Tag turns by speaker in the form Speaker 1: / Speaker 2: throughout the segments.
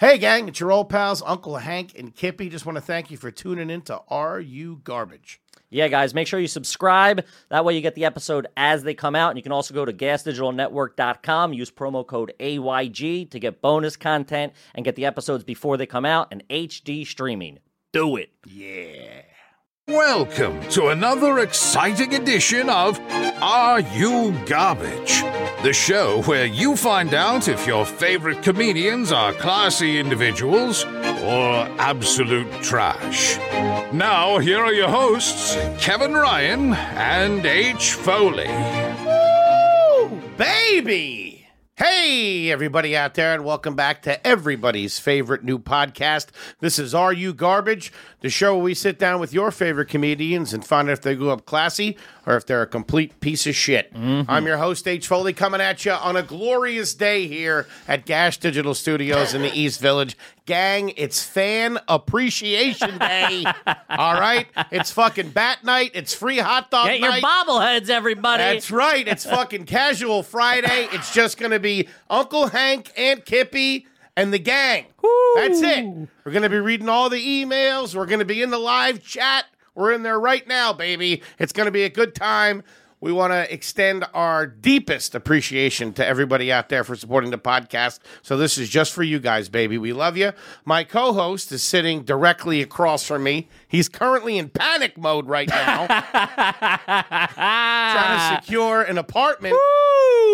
Speaker 1: Hey, gang, it's your old pals, Uncle Hank and Kippy. Just want to thank you for tuning in to Are You Garbage?
Speaker 2: Yeah, guys, make sure you subscribe. That way you get the episode as they come out. And you can also go to gasdigitalnetwork.com, use promo code AYG to get bonus content and get the episodes before they come out and HD streaming. Do it.
Speaker 1: Yeah.
Speaker 3: Welcome to another exciting edition of Are You Garbage? The show where you find out if your favorite comedians are classy individuals or absolute trash. Now, here are your hosts, Kevin Ryan and H. Foley.
Speaker 1: Woo, baby! Hey, everybody out there, and welcome back to everybody's favorite new podcast. This is Are You Garbage, the show where we sit down with your favorite comedians and find out if they grew up classy or if they're a complete piece of shit.
Speaker 2: Mm-hmm.
Speaker 1: I'm your host, H. Foley, coming at you on a glorious day here at Gash Digital Studios in the East Village. Gang, it's fan appreciation day. All right? It's fucking bat night. It's free hot dog
Speaker 2: Get your
Speaker 1: night.
Speaker 2: bobbleheads, everybody.
Speaker 1: That's right. It's fucking casual Friday. It's just going to be Uncle Hank, Aunt Kippy, and the gang. That's it. We're going to be reading all the emails. We're going to be in the live chat. We're in there right now, baby. It's going to be a good time. We want to extend our deepest appreciation to everybody out there for supporting the podcast. So this is just for you guys, baby. We love you. My co-host is sitting directly across from me. He's currently in panic mode right now
Speaker 2: Ah.
Speaker 1: trying to secure an apartment.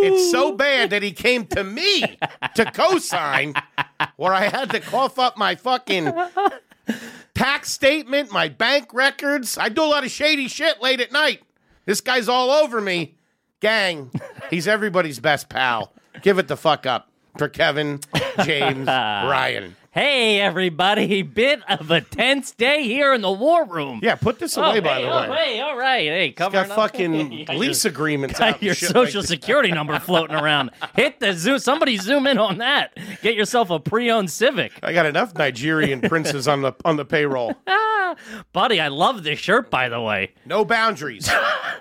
Speaker 1: It's so bad that he came to me to co-sign, where I had to cough up my fucking tax statement, my bank records. I do a lot of shady shit late at night. This guy's all over me, gang. He's everybody's best pal. Give it the fuck up for Kevin James Ryan.
Speaker 2: hey, everybody. Bit of a tense day here in the war room.
Speaker 1: Yeah, put this
Speaker 2: Oh,
Speaker 1: away.
Speaker 2: hey,
Speaker 1: by the
Speaker 2: oh,
Speaker 1: way,
Speaker 2: hey, all right. Hey, cover
Speaker 1: got fucking lease agreements. out and
Speaker 2: your
Speaker 1: shit like
Speaker 2: social
Speaker 1: that.
Speaker 2: security number floating around. Hit the zoom. Somebody zoom in on that. Get yourself a pre-owned Civic,
Speaker 1: I got enough Nigerian princes on the on the payroll.
Speaker 2: buddy. I love this shirt, by the way.
Speaker 1: No boundaries.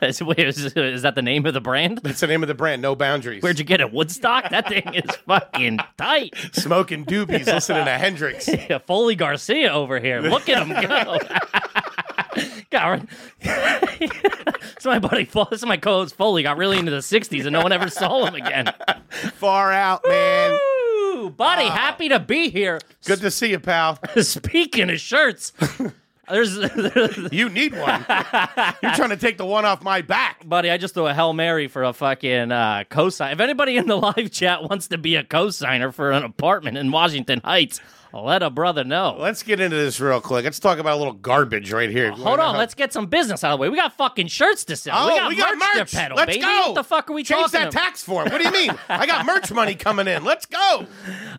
Speaker 2: Is, wait, is- is that the name of the brand?
Speaker 1: That's the name of the brand. No boundaries.
Speaker 2: Where'd you get it? Woodstock. That thing is fucking tight.
Speaker 1: smoking doobies, listening to Hendrix.
Speaker 2: Yeah, Foley Garcia over here. Look at him go. God, right. so my buddy, Fo- this is my co-host Foley, got really into the '60s, and no one ever saw him again.
Speaker 1: Far out, man.
Speaker 2: Ooh, buddy, happy to be here.
Speaker 1: Good to see you, pal.
Speaker 2: Speaking of shirts, there's,
Speaker 1: You need one. You're trying to take the one off my back.
Speaker 2: buddy. I just threw a hail mary for a fucking uh, cosign. If anybody in the live chat wants to be a cosigner for an apartment in Washington Heights, let a brother know.
Speaker 1: Let's get into this real quick. Let's talk about a little garbage right here.
Speaker 2: Hold on, let's get some business out of the way. We got fucking shirts to sell.
Speaker 1: Oh,
Speaker 2: we got merch,
Speaker 1: merch.
Speaker 2: to peddle,
Speaker 1: Let's
Speaker 2: baby.
Speaker 1: go.
Speaker 2: What the fuck are we
Speaker 1: Change
Speaker 2: talking
Speaker 1: that
Speaker 2: about?
Speaker 1: tax form. What do you mean? I got merch money coming in. Let's go.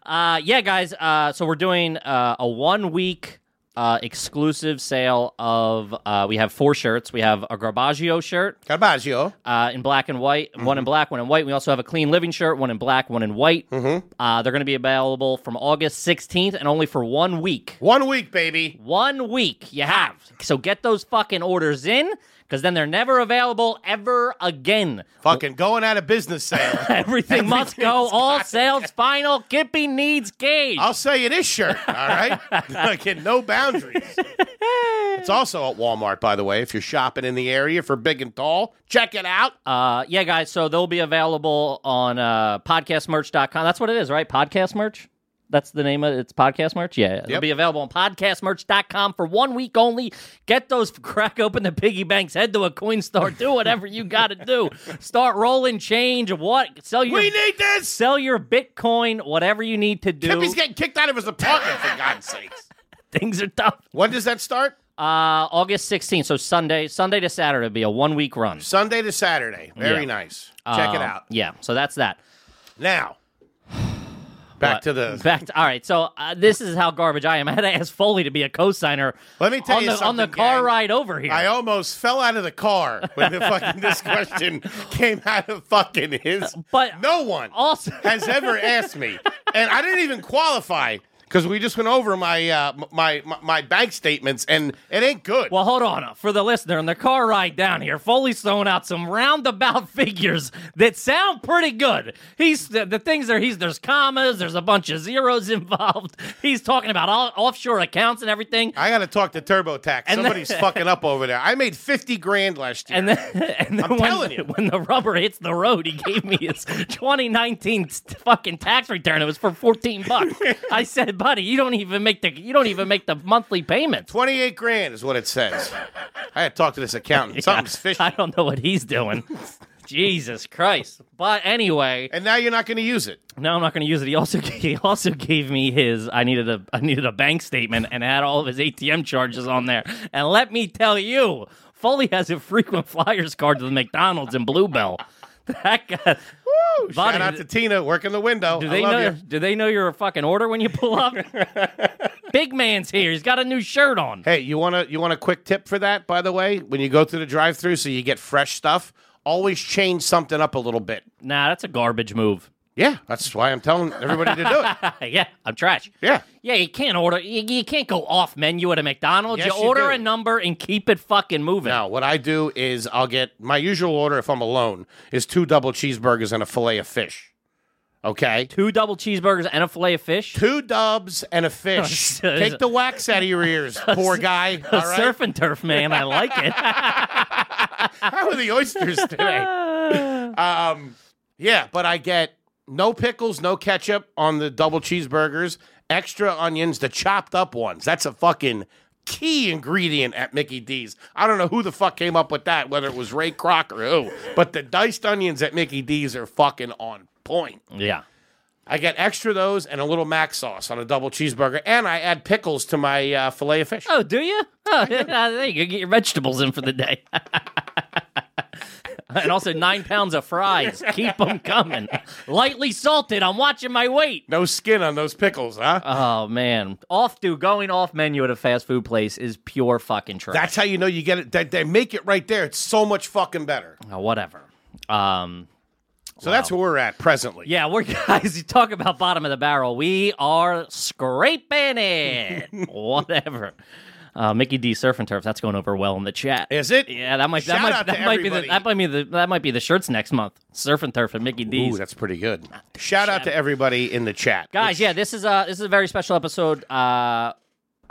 Speaker 2: uh, yeah, guys. Uh, so we're doing uh, a one week. Uh, exclusive sale of uh, we have four shirts. We have a Garbaggio shirt,
Speaker 1: Carbaggio.
Speaker 2: uh, in black and white, one in black, one in white. We also have a clean living shirt, one in black, one in white. Uh, they're going to be available from August 16th and only for one week.
Speaker 1: One week, baby.
Speaker 2: One week you have. So get those fucking orders in because then they're never available ever again.
Speaker 1: Fucking going out of business sale.
Speaker 2: Everything must go. All sales final. Kippy needs cage.
Speaker 1: I'll sell you this shirt, all right? Fucking no boundaries. It's also at Walmart, by the way. If you're shopping in the area for big and tall, check it out.
Speaker 2: Uh, yeah, guys. So they'll be available on uh, podcastmerch.com. That's what it is, right? Podcast merch. That's the name of it. It's podcast merch. Yeah, it'll
Speaker 1: Yep.
Speaker 2: be available on podcastmerch.com for one week only. Get those, crack open the piggy banks, head to a coin store, do whatever you got to do. Start rolling change. What? Sell your
Speaker 1: we need this.
Speaker 2: sell your Bitcoin. Whatever you need to do.
Speaker 1: Tippy's getting kicked out of his apartment, for God's sakes.
Speaker 2: Things are tough.
Speaker 1: When does that start?
Speaker 2: Uh, August sixteenth. So Sunday, Sunday to Saturday will be a one week run.
Speaker 1: Sunday to Saturday. Very
Speaker 2: Yeah.
Speaker 1: nice. Check it
Speaker 2: Uh,
Speaker 1: out.
Speaker 2: Yeah. So that's that.
Speaker 1: Now, back
Speaker 2: But-
Speaker 1: to the.
Speaker 2: back. To, all right, so uh, this is how garbage I am. I had to ask Foley to be a co-signer.
Speaker 1: Let me tell
Speaker 2: on
Speaker 1: you
Speaker 2: the, on the
Speaker 1: something,
Speaker 2: car
Speaker 1: gang.
Speaker 2: ride over here.
Speaker 1: I almost fell out of the car when the fucking this question came out of fucking his.
Speaker 2: But-
Speaker 1: no one
Speaker 2: also,
Speaker 1: has ever asked me, and I didn't even qualify because we just went over my, uh, m- my my my bank statements and it ain't good.
Speaker 2: Well, hold on. uh, For the listener, in the car ride down here, Foley's throwing out some roundabout figures that sound pretty good. He's the, the things there. He's there's commas, there's a bunch of zeros involved. He's talking about all, offshore accounts and everything.
Speaker 1: I got to talk to TurboTax.
Speaker 2: And then-
Speaker 1: Somebody's fucking up over there. I made fifty grand last year.
Speaker 2: And then, and then
Speaker 1: I'm
Speaker 2: when,
Speaker 1: telling you.
Speaker 2: when the rubber hits the road, he gave me his 2019 st- fucking tax return. It was for 14 bucks. I said, buddy, you don't even make the you don't even make the monthly payments.
Speaker 1: Twenty-eight grand is what it says. I had to talk to this accountant. Something's fishy.
Speaker 2: I don't know what he's doing. Jesus Christ! But anyway,
Speaker 1: And now you're not going to use it.
Speaker 2: No, I'm not going to use it. He also he also gave me his. I needed a I needed a bank statement and had all of his ATM charges on there. And let me tell you, Foley has a frequent flyers card to the McDonald's in Bluebell. That guy. Woo,
Speaker 1: Shout out to Tina working the window.
Speaker 2: Oh, do
Speaker 1: I
Speaker 2: they
Speaker 1: love
Speaker 2: know?
Speaker 1: you.
Speaker 2: Do they know you're a fucking order when you pull up? Big man's here. He's got a new shirt on.
Speaker 1: Hey, you want to you want a quick tip for that? By the way, when you go through the drive-through, so you get fresh stuff. Always change something up a little bit.
Speaker 2: Nah, that's a garbage move.
Speaker 1: Yeah, that's why I'm telling everybody to do it.
Speaker 2: yeah, I'm trash.
Speaker 1: Yeah.
Speaker 2: Yeah, you can't order. You, you can't go off menu at a McDonald's.
Speaker 1: Yes,
Speaker 2: you
Speaker 1: you
Speaker 2: order
Speaker 1: do.
Speaker 2: a number and keep it fucking moving.
Speaker 1: Now, what I do is I'll get my usual order if I'm alone is two double cheeseburgers and a fillet of fish. Okay,
Speaker 2: two double cheeseburgers and a fillet of fish.
Speaker 1: two dubs and a fish.
Speaker 2: so-
Speaker 1: Take the wax out of your ears, poor guy.
Speaker 2: A
Speaker 1: All right,
Speaker 2: surf and turf, man. I like it.
Speaker 1: how are the oysters today? Um, yeah, but I get no pickles, no ketchup on the double cheeseburgers, extra onions, the chopped up ones. That's a fucking key ingredient at Mickey D's. I don't know who the fuck came up with that, whether it was Ray Kroc or who, but the diced onions at Mickey D's are fucking on point.
Speaker 2: yeah.
Speaker 1: I get extra those and a little mac sauce on a double cheeseburger, and I add pickles to my uh, filet of fish.
Speaker 2: Oh, do you? Oh, there you go. Get your vegetables in for the day. and also nine pounds of fries. Keep them coming. Lightly salted. I'm watching my weight.
Speaker 1: No skin on those pickles, huh?
Speaker 2: Oh man, off dude, going off menu at a fast food place is pure fucking trash.
Speaker 1: That's how you know you get it. They, they make it right there. It's so much fucking better.
Speaker 2: Oh, whatever. Um,
Speaker 1: So that's where we're at presently.
Speaker 2: Yeah, we're guys. You talk about bottom of the barrel. We are scraping it. Whatever. Uh, Mickey D surf and turf. That's going over well in the chat.
Speaker 1: Is it?
Speaker 2: Yeah, that might
Speaker 1: Shout
Speaker 2: that might
Speaker 1: out
Speaker 2: that
Speaker 1: to
Speaker 2: might be
Speaker 1: everybody.
Speaker 2: the, that might be the that might be the shirts next month. Surf and turf and Mickey D's.
Speaker 1: Ooh, that's pretty good. Shout out to everybody in the chat.
Speaker 2: guys yeah this is a this is a very special episode uh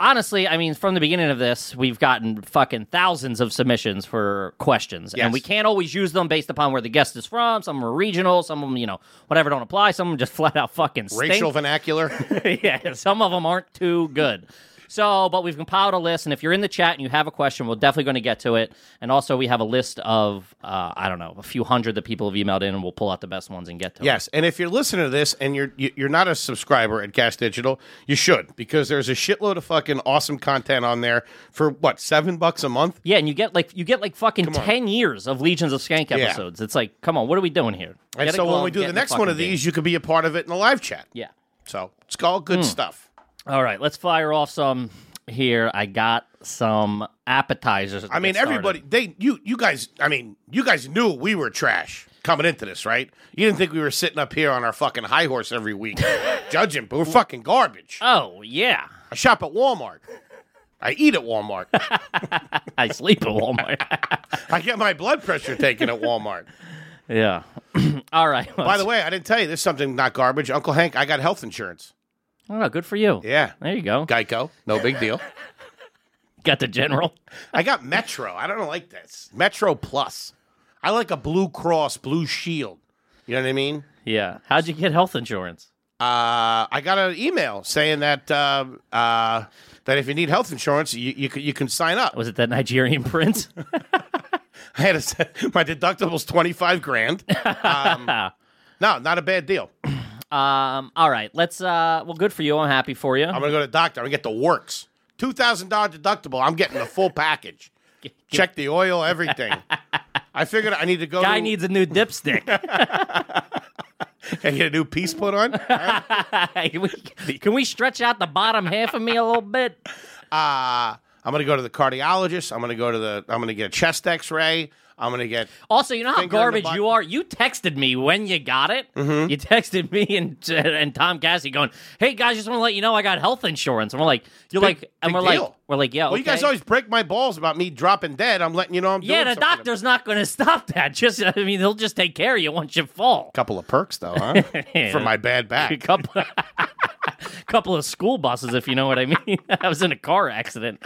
Speaker 2: honestly i mean from the beginning of this we've gotten fucking thousands of submissions for questions
Speaker 1: Yes.
Speaker 2: and we can't always use them based upon where the guest is from some are regional some of them you know whatever don't apply some of them just flat out fucking stink.
Speaker 1: Racial vernacular.
Speaker 2: yeah some of them aren't too good so but we've compiled a list and if you're in the chat and you have a question we're definitely going to get to it and also we have a list of uh, i don't know a few hundred that people have emailed in and we'll pull out the best ones and get to it
Speaker 1: yes, and if you're listening to this and you're you- you're not a subscriber at Cast Digital, you should because there's a shitload of fucking awesome content on there for what seven bucks a month.
Speaker 2: Yeah, and you get like you get like fucking ten years of Legions of Skank episodes. It's like, come on, what are we doing here?
Speaker 1: And
Speaker 2: Get a
Speaker 1: so when
Speaker 2: glove,
Speaker 1: we do
Speaker 2: get
Speaker 1: the
Speaker 2: in the
Speaker 1: next one
Speaker 2: fucking
Speaker 1: of these, you could be a part of it in the live chat.
Speaker 2: game. yeah. Hmm.
Speaker 1: So it's all good stuff.
Speaker 2: All right, let's fire off some here. I got some appetizers.
Speaker 1: I mean, everybody they you you guys. I mean, you guys knew we were trash coming into this, right? You didn't think we were sitting up here on our fucking high horse every week judging, but we're fucking garbage.
Speaker 2: Oh yeah,
Speaker 1: I shop at Walmart. I eat at Walmart.
Speaker 2: I sleep at Walmart.
Speaker 1: I get my blood pressure taken at Walmart.
Speaker 2: yeah. All right.
Speaker 1: By the way, I didn't tell you there's something not garbage. Uncle Hank, I got health insurance.
Speaker 2: oh, good for you.
Speaker 1: Yeah.
Speaker 2: There you go.
Speaker 1: Geico, no big deal.
Speaker 2: Got the general.
Speaker 1: I got Metro. I don't like this. Metro Plus. I like a Blue Cross, Blue Shield. You know what I mean?
Speaker 2: Yeah. How'd you get health insurance?
Speaker 1: Uh, I got an email saying that uh, uh, that if you need health insurance, you you can, you can sign up.
Speaker 2: Was it that Nigerian prince?
Speaker 1: I had to, my deductible's twenty five grand. Um, no, not a bad deal.
Speaker 2: um. All right. Let's. Uh. Well, good for you. I'm happy for you.
Speaker 1: I'm gonna go to the doctor. I'm gonna get the works. Two thousand dollar deductible. I'm getting the full package. Check the oil, everything. I figured I need to go.
Speaker 2: Guy
Speaker 1: to,
Speaker 2: needs a new dipstick.
Speaker 1: and get a new piece put on. Uh,
Speaker 2: Can we, can we stretch out the bottom half of me a little bit?
Speaker 1: Uh, I'm gonna go to the cardiologist. I'm gonna go to the. I'm gonna get a chest X-ray. I'm gonna get.
Speaker 2: Also, you know how
Speaker 1: Finger in the Mm-hmm.
Speaker 2: garbage
Speaker 1: butt.
Speaker 2: you are. You texted me when you got it. You texted me and and Tom Cassie going, "Hey guys, just want to let you know I got health insurance." And we're like, "You're
Speaker 1: Big-
Speaker 2: like," and
Speaker 1: big
Speaker 2: we're like,
Speaker 1: deal.
Speaker 2: "We're like, yeah,
Speaker 1: Well, you
Speaker 2: okay.
Speaker 1: guys always break my balls about me dropping dead. I'm letting you know I'm doing.
Speaker 2: yeah." The
Speaker 1: something about it.
Speaker 2: doctor's not going to stop that. Just, I mean, he'll just take care of you once you fall.
Speaker 1: Couple of perks though, huh? For my bad
Speaker 2: A
Speaker 1: back.
Speaker 2: couple, couple of school buses, if you know what I mean. I was in a car accident.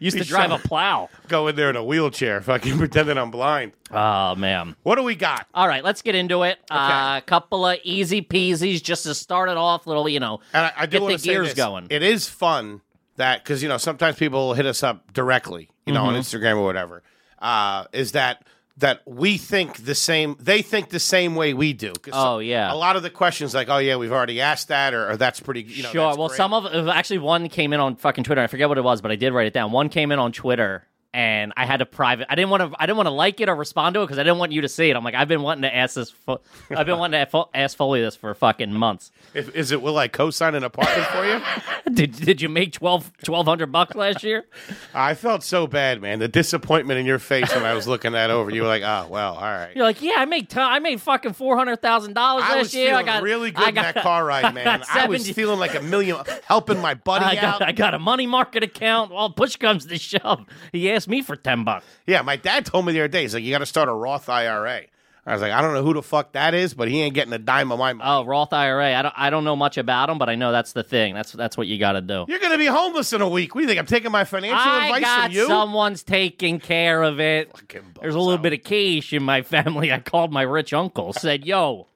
Speaker 2: Used to drive a plow.
Speaker 1: Go in there in a wheelchair, fucking pretending I'm blind.
Speaker 2: Oh man.
Speaker 1: What do we got?
Speaker 2: All right, let's get into it. A couple of easy peasies just to start it off. Little, you know,
Speaker 1: And I, I do
Speaker 2: get
Speaker 1: want
Speaker 2: the
Speaker 1: to say
Speaker 2: gears
Speaker 1: this.
Speaker 2: going.
Speaker 1: It is fun that because you know sometimes people hit us up directly, you know,
Speaker 2: Mm-hmm.
Speaker 1: on Instagram or whatever. Uh, is that that we think the same? They think the same way we do. 'Cause
Speaker 2: Oh,
Speaker 1: some-
Speaker 2: yeah.
Speaker 1: A lot of the questions like, oh yeah, we've already asked that, or, or that's pretty. You know,
Speaker 2: sure.
Speaker 1: that's
Speaker 2: Well,
Speaker 1: great.
Speaker 2: some of uh, actually one came in on fucking Twitter. I forget what it was, but I did write it down. One came in on Twitter, and I had to private. I didn't want to. I didn't want to like it or respond to it because I didn't want you to see it. I'm like, I've been wanting to ask this. Fo- I've been wanting to fo- ask Foley this for fucking months.
Speaker 1: If, is it will I co-sign an apartment for you?
Speaker 2: Did Did you make 12 1200 bucks last year?
Speaker 1: I felt so bad, man. The disappointment in your face when I was looking that over. You were like, oh well, all right.
Speaker 2: You're like, yeah, I made. T- I made fucking four hundred thousand dollars
Speaker 1: I
Speaker 2: last
Speaker 1: was
Speaker 2: year.
Speaker 1: feeling
Speaker 2: I got
Speaker 1: really good
Speaker 2: I
Speaker 1: in
Speaker 2: got,
Speaker 1: that car ride, man. I was
Speaker 2: 70
Speaker 1: feeling like a million, helping my buddy
Speaker 2: I
Speaker 1: out.
Speaker 2: got, I got a money market account. Well, push comes to shove. He asked me for 10 bucks.
Speaker 1: Yeah, my dad told me the other day, he's like, you got to start a Roth IRA. I was like, I don't know who the fuck that is, but he ain't getting a dime of my money.
Speaker 2: Oh, Roth IRA. I don't, I don't know much about them, but I know that's the thing. That's that's what you got to do.
Speaker 1: You're going to be homeless in a week. What do you think? I'm taking my financial
Speaker 2: I
Speaker 1: advice
Speaker 2: got
Speaker 1: from you?
Speaker 2: someone's taking care of it.
Speaker 1: Fucking
Speaker 2: There's a little
Speaker 1: bozo.
Speaker 2: bit of cash in my family. I called my rich uncle, said, "Yo,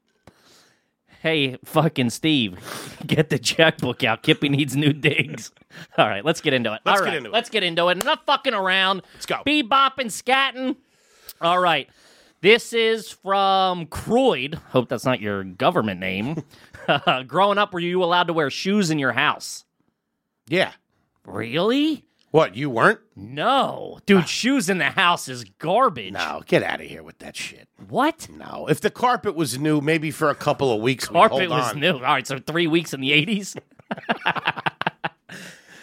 Speaker 2: hey, fucking Steve, get the checkbook out. Kippy needs new digs." All right, let's get into it.
Speaker 1: Let's
Speaker 2: All
Speaker 1: get
Speaker 2: right,
Speaker 1: into it.
Speaker 2: Let's get into it. Enough fucking around. Let's
Speaker 1: go.
Speaker 2: Bebop and scatting. All right. This is from Croyd. Hope that's not your government name. Uh, growing up, were you allowed to wear shoes in your house?
Speaker 1: yeah.
Speaker 2: Really?
Speaker 1: What, you weren't?
Speaker 2: No,
Speaker 1: Ah.
Speaker 2: dude, shoes in the house is garbage.
Speaker 1: No, get out of here with that shit.
Speaker 2: What?
Speaker 1: No. If the carpet was new, maybe for a couple of weeks, we'd
Speaker 2: Carpet
Speaker 1: hold
Speaker 2: was
Speaker 1: on.
Speaker 2: new. All right, so three weeks in the eighties.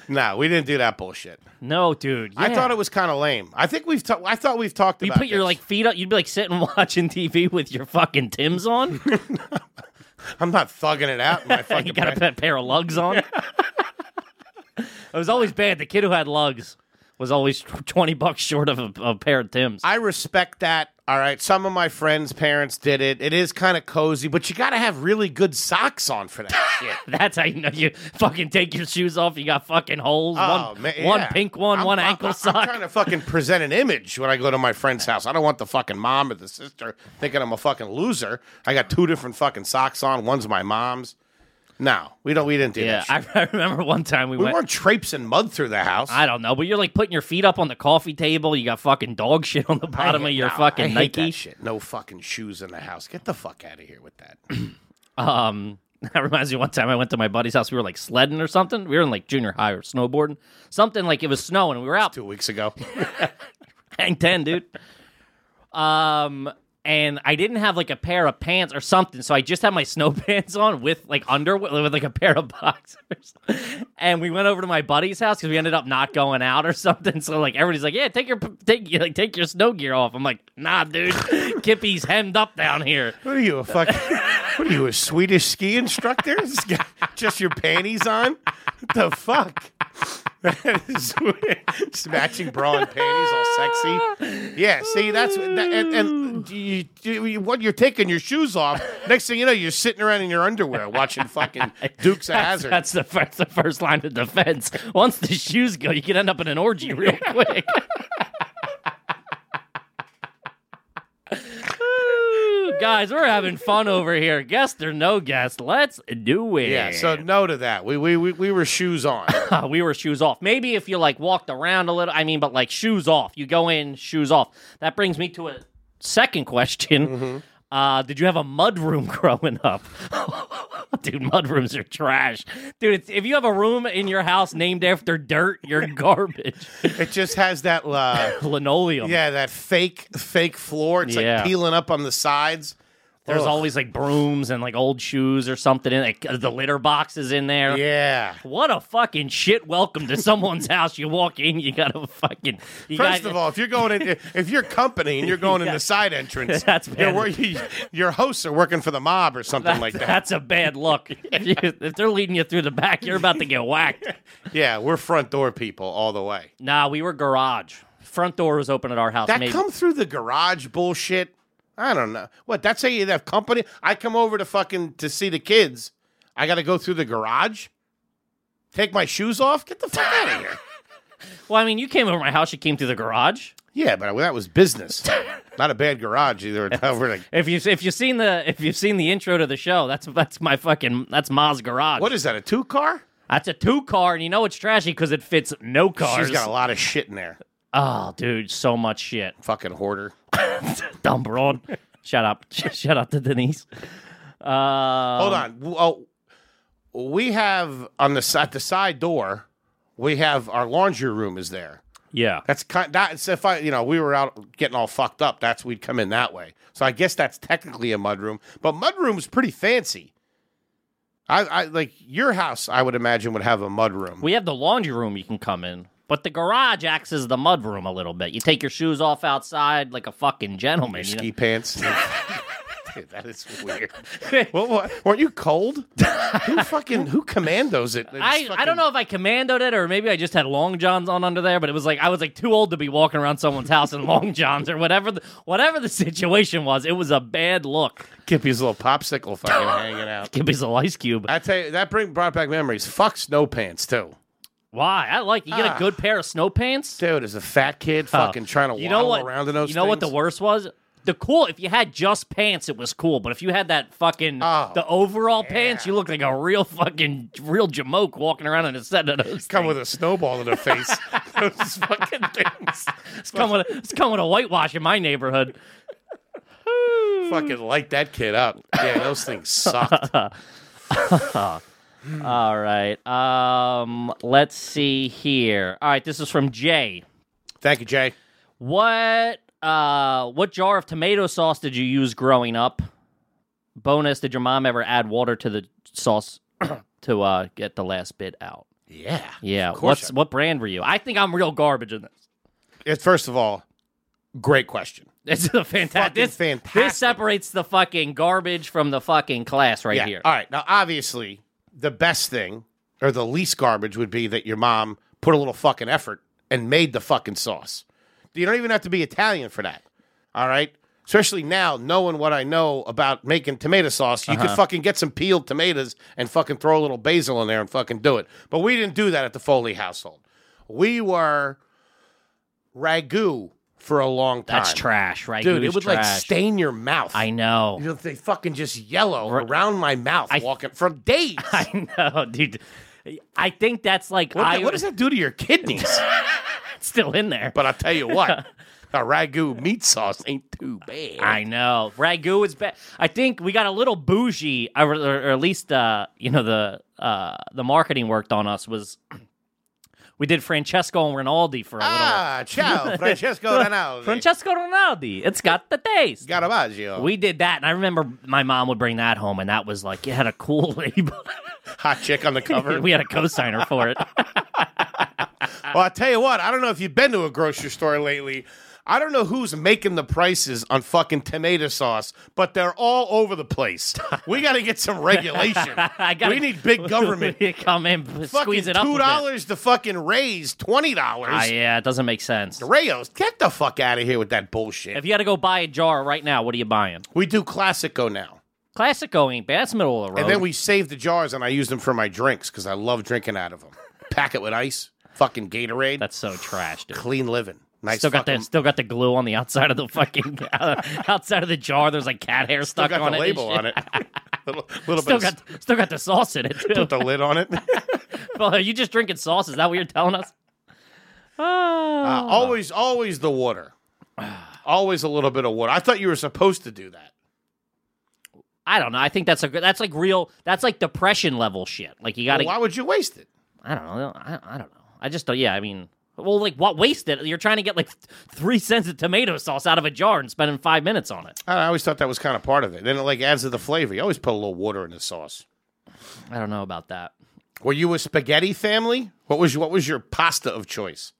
Speaker 1: No, we didn't do that bullshit.
Speaker 2: No, dude.
Speaker 1: I thought it was kind of lame. I think we've ta- I thought we've talked
Speaker 2: You
Speaker 1: about
Speaker 2: put your
Speaker 1: this.
Speaker 2: like feet up. You'd be like sitting watching TV with your fucking Tim's on.
Speaker 1: I'm not thugging it out in my fucking
Speaker 2: you got a
Speaker 1: bed.
Speaker 2: pa- pair of lugs on. it was always bad. The kid who had lugs was always twenty bucks short of a, a pair of Tim's.
Speaker 1: I respect that. All right. Some of my friends' parents did it. It is kind of cozy, but you got to have really good socks on for that shit.
Speaker 2: That's how you know you fucking take your shoes off. You got fucking holes.
Speaker 1: Oh,
Speaker 2: One,
Speaker 1: man,
Speaker 2: one
Speaker 1: yeah.
Speaker 2: pink one,
Speaker 1: I'm-
Speaker 2: one
Speaker 1: I'm-
Speaker 2: ankle
Speaker 1: I'm,
Speaker 2: sock.
Speaker 1: I'm trying to fucking present an image when I go to my friend's house. I don't want the fucking mom or the sister thinking I'm a fucking loser. I got two different fucking socks on. One's my mom's. No, we don't. We didn't do
Speaker 2: yeah,
Speaker 1: that. Shit.
Speaker 2: I, I remember one time we,
Speaker 1: we
Speaker 2: went.
Speaker 1: weren't traipsing mud through the house.
Speaker 2: I don't know, but you're like putting your feet up on the coffee table. You got fucking dog shit on the
Speaker 1: I
Speaker 2: bottom
Speaker 1: hate-
Speaker 2: of your
Speaker 1: no, I
Speaker 2: fucking
Speaker 1: hate
Speaker 2: Nike.
Speaker 1: that shit. No fucking shoes in the house. Get the fuck out of here with that.
Speaker 2: Um, that reminds me. One time I went to my buddy's house. We were like sledding or something. We were in like junior high or snowboarding, something like it was snowing. We were out
Speaker 1: Two weeks ago.
Speaker 2: hang ten, dude. Um, and I didn't have like a pair of pants or something, so I just had my snow pants on with like underwear with like a pair of boxers. and we went over to my buddy's house because we ended up not going out or something. So like everybody's like, "Yeah, take your take your- like take your snow gear off." I'm like, "Nah, dude, Kippy's hemmed up down here."
Speaker 1: What are you, a fucking, what are you, a Swedish ski instructor? This guy- Just your panties on? What the fuck? That is weird. Just matching bra and panties, all sexy. Yeah, see, that's, that, and, and you, you, you- what you're taking your shoes off. Next thing you know, you're sitting around in your underwear watching fucking Dukes of Hazard.
Speaker 2: That's the first the first line of defense. Once the shoes go, you can end up in an orgy real quick. Ooh, Guys, we're having fun over here. Guest or no guest, let's do it.
Speaker 1: yeah, so no to that. We, we, we, we were shoes on.
Speaker 2: Uh, we were shoes off. Maybe if you like walked around a little, I mean, but like shoes off. You go in, shoes off. That brings me to a second question.
Speaker 1: Mm-hmm.
Speaker 2: Uh, did you have a mud room growing up? Dude, mud rooms are trash. Dude, it's, if you have a room in your house named after dirt, you're garbage.
Speaker 1: It just has that, uh,
Speaker 2: Linoleum.
Speaker 1: yeah, that fake, fake floor. It's
Speaker 2: Um, Yeah.
Speaker 1: like peeling up on the sides.
Speaker 2: There's
Speaker 1: Ugh.
Speaker 2: always like brooms and like old shoes or something in like the litter boxes in there.
Speaker 1: Yeah.
Speaker 2: What a fucking shit welcome to someone's house. You walk in, you got a fucking. You
Speaker 1: First
Speaker 2: got,
Speaker 1: of all, if you're going in, if you're company and you're going in the side entrance,
Speaker 2: That's
Speaker 1: Your,
Speaker 2: bad.
Speaker 1: wor- you- your hosts are working for the mob or something like that.
Speaker 2: That's a bad look. if, you, if they're leading you through the back, you're about to get whacked.
Speaker 1: Yeah, we're front door people all the way.
Speaker 2: Nah, we were garage. Front door was open at our house.
Speaker 1: That
Speaker 2: maybe.
Speaker 1: come through the garage bullshit. I don't know what. That's how you have company. I come over to fucking to see the kids. I got to go through the garage. Take my shoes off. Get the fuck out of here.
Speaker 2: well, I mean, you came over my house. You came through the garage.
Speaker 1: Yeah, but that was business. Not a bad garage either. Over like,
Speaker 2: If you if you've seen the if you've seen the intro to the show, that's that's my fucking that's Ma's garage.
Speaker 1: what is that? A two car?
Speaker 2: That's a two car, and you know it's trashy because it fits no cars.
Speaker 1: She's got a lot of shit in there.
Speaker 2: oh, dude, so much shit.
Speaker 1: Fucking hoarder.
Speaker 2: Dumb broad. Shut up. Shut up to Denise. Uh,
Speaker 1: Hold on. W- Oh, we have on the si- at the side door. We have our laundry room is there.
Speaker 2: yeah.
Speaker 1: That's kind. That's if I, you know, we were out getting all fucked up. That's we'd come in that way. So I guess that's technically a mudroom, but mudroom's pretty fancy. I, I like your house. I would imagine would have a mudroom.
Speaker 2: We have the laundry room you can come in, but the garage acts as the mud room a little bit. You take your shoes off outside like a fucking gentleman. you know?
Speaker 1: ski pants. Dude, that is weird. what, what, weren't you cold? who fucking who commandos it? It's
Speaker 2: I, I
Speaker 1: fucking-
Speaker 2: don't know if I commandoed it or maybe I just had long johns on under there, but it was like I was like too old to be walking around someone's house in long johns or whatever the, whatever the situation was. It was a bad look.
Speaker 1: Kippy's little popsicle fucking hanging out.
Speaker 2: Gibby's a ice cube.
Speaker 1: I tell you, that bring brought back memories. Fuck snow pants too.
Speaker 2: Why? I like you get a good pair of snow pants.
Speaker 1: Dude, as a fat kid, fucking trying to
Speaker 2: You know
Speaker 1: waddle
Speaker 2: what?
Speaker 1: around in those.
Speaker 2: you know what the
Speaker 1: things.
Speaker 2: worst was? The cool if you had just pants, it was cool. But if you had that fucking
Speaker 1: Oh,
Speaker 2: the overall pants, you looked like a real fucking real jamoke walking around in a set of those.
Speaker 1: come with a snowball in their face. Those fucking things.
Speaker 2: It's come with it's come with a whitewash in my neighborhood.
Speaker 1: fucking light that kid up. Yeah, those things sucked.
Speaker 2: All right. Um, let's see here. All right, this is from Jay.
Speaker 1: Thank you, Jay.
Speaker 2: What uh what jar of tomato sauce did you use growing up? Bonus, did your mom ever add water to the sauce to uh get the last bit out?
Speaker 1: Yeah.
Speaker 2: Yeah.
Speaker 1: course
Speaker 2: What's
Speaker 1: I-
Speaker 2: what brand were you? I think I'm real garbage in this.
Speaker 1: It's first of all, great question.
Speaker 2: This is a
Speaker 1: Fucking
Speaker 2: fantastic this,
Speaker 1: fantastic.
Speaker 2: This separates the fucking garbage from the fucking class right
Speaker 1: yeah.
Speaker 2: here.
Speaker 1: All right. Now, obviously, the best thing or the least garbage would be that your mom put a little fucking effort and made the fucking sauce. You don't even have to be Italian for that. All right. Especially now, knowing what I know about making tomato sauce, you
Speaker 2: Uh-huh.
Speaker 1: could fucking get some peeled tomatoes and fucking throw a little basil in there and fucking do it. But we didn't do that at the Foley household. We were ragu for a long time.
Speaker 2: That's trash, right?
Speaker 1: Dude,
Speaker 2: Goo's
Speaker 1: it would like
Speaker 2: trash.
Speaker 1: stain your mouth.
Speaker 2: I know.
Speaker 1: You know, they fucking just yellow around my mouth walking for days.
Speaker 2: I know, dude. I think that's like
Speaker 1: what,
Speaker 2: I
Speaker 1: the- what does that do to your kidneys?
Speaker 2: it's still in there.
Speaker 1: but I'll tell you what, a ragu meat sauce ain't too bad.
Speaker 2: I know ragu is bad. I think we got a little bougie, or, or- or at least uh, you know the uh, the marketing worked on us was we did Francesco and Rinaldi for a little.
Speaker 1: ah, ciao, Francesco Ronaldo.
Speaker 2: Francesco Rinaldi, it's got the taste.
Speaker 1: Garabaggio.
Speaker 2: we did that, and I remember my mom would bring that home, and that was like it had a cool label.
Speaker 1: Hot chick on the cover.
Speaker 2: we had a cosigner for it.
Speaker 1: well, I'll tell you what, I don't know if you've been to a grocery store lately. I don't know who's making the prices on fucking tomato sauce, but they're all over the place. We got to get some regulation.
Speaker 2: I gotta-
Speaker 1: we need big government.
Speaker 2: come in,
Speaker 1: fucking
Speaker 2: squeeze it up. a
Speaker 1: two
Speaker 2: bit.
Speaker 1: dollars to fucking raise twenty dollars.
Speaker 2: Ah, yeah, it doesn't make sense.
Speaker 1: Rayos, get the fuck out of here with that bullshit.
Speaker 2: If you had to go buy a jar right now, what are you buying?
Speaker 1: we do Classico now,
Speaker 2: Classico ain't bad. That's middle of the road.
Speaker 1: and then we save the jars and I use them for my drinks because I love drinking out of them. Pack it with ice, fucking Gatorade.
Speaker 2: That's so trash, dude.
Speaker 1: clean living. Nice.
Speaker 2: Still got
Speaker 1: fucking-
Speaker 2: that. Still got the glue on the outside of the fucking uh, outside of the jar. There's like cat hair
Speaker 1: still
Speaker 2: stuck
Speaker 1: got
Speaker 2: on
Speaker 1: the
Speaker 2: it. and
Speaker 1: label
Speaker 2: shit.
Speaker 1: on it. little little
Speaker 2: Still
Speaker 1: bit. of
Speaker 2: got still got the sauce in it too.
Speaker 1: Put the lid on it.
Speaker 2: well, are you just drinking sauce? Is that what you're telling us? Oh.
Speaker 1: Uh, always, always the water. Always a little bit of water. I thought you were supposed to do that.
Speaker 2: I don't know. I think that's a good. That's like real. That's like depression level shit. Like you got to.
Speaker 1: Why would you waste it?
Speaker 2: I don't know. I, I don't know. I just don't. Yeah. I mean, Well, like what wasted? You're trying to get like th- three cents of tomato sauce out of a jar and spending five minutes on it.
Speaker 1: I, don't know, I always thought that was kind of part of it. Then it like adds to the flavor. You always put a little water in the sauce.
Speaker 2: I don't know about that.
Speaker 1: Were you a spaghetti family? What was what was your pasta of choice?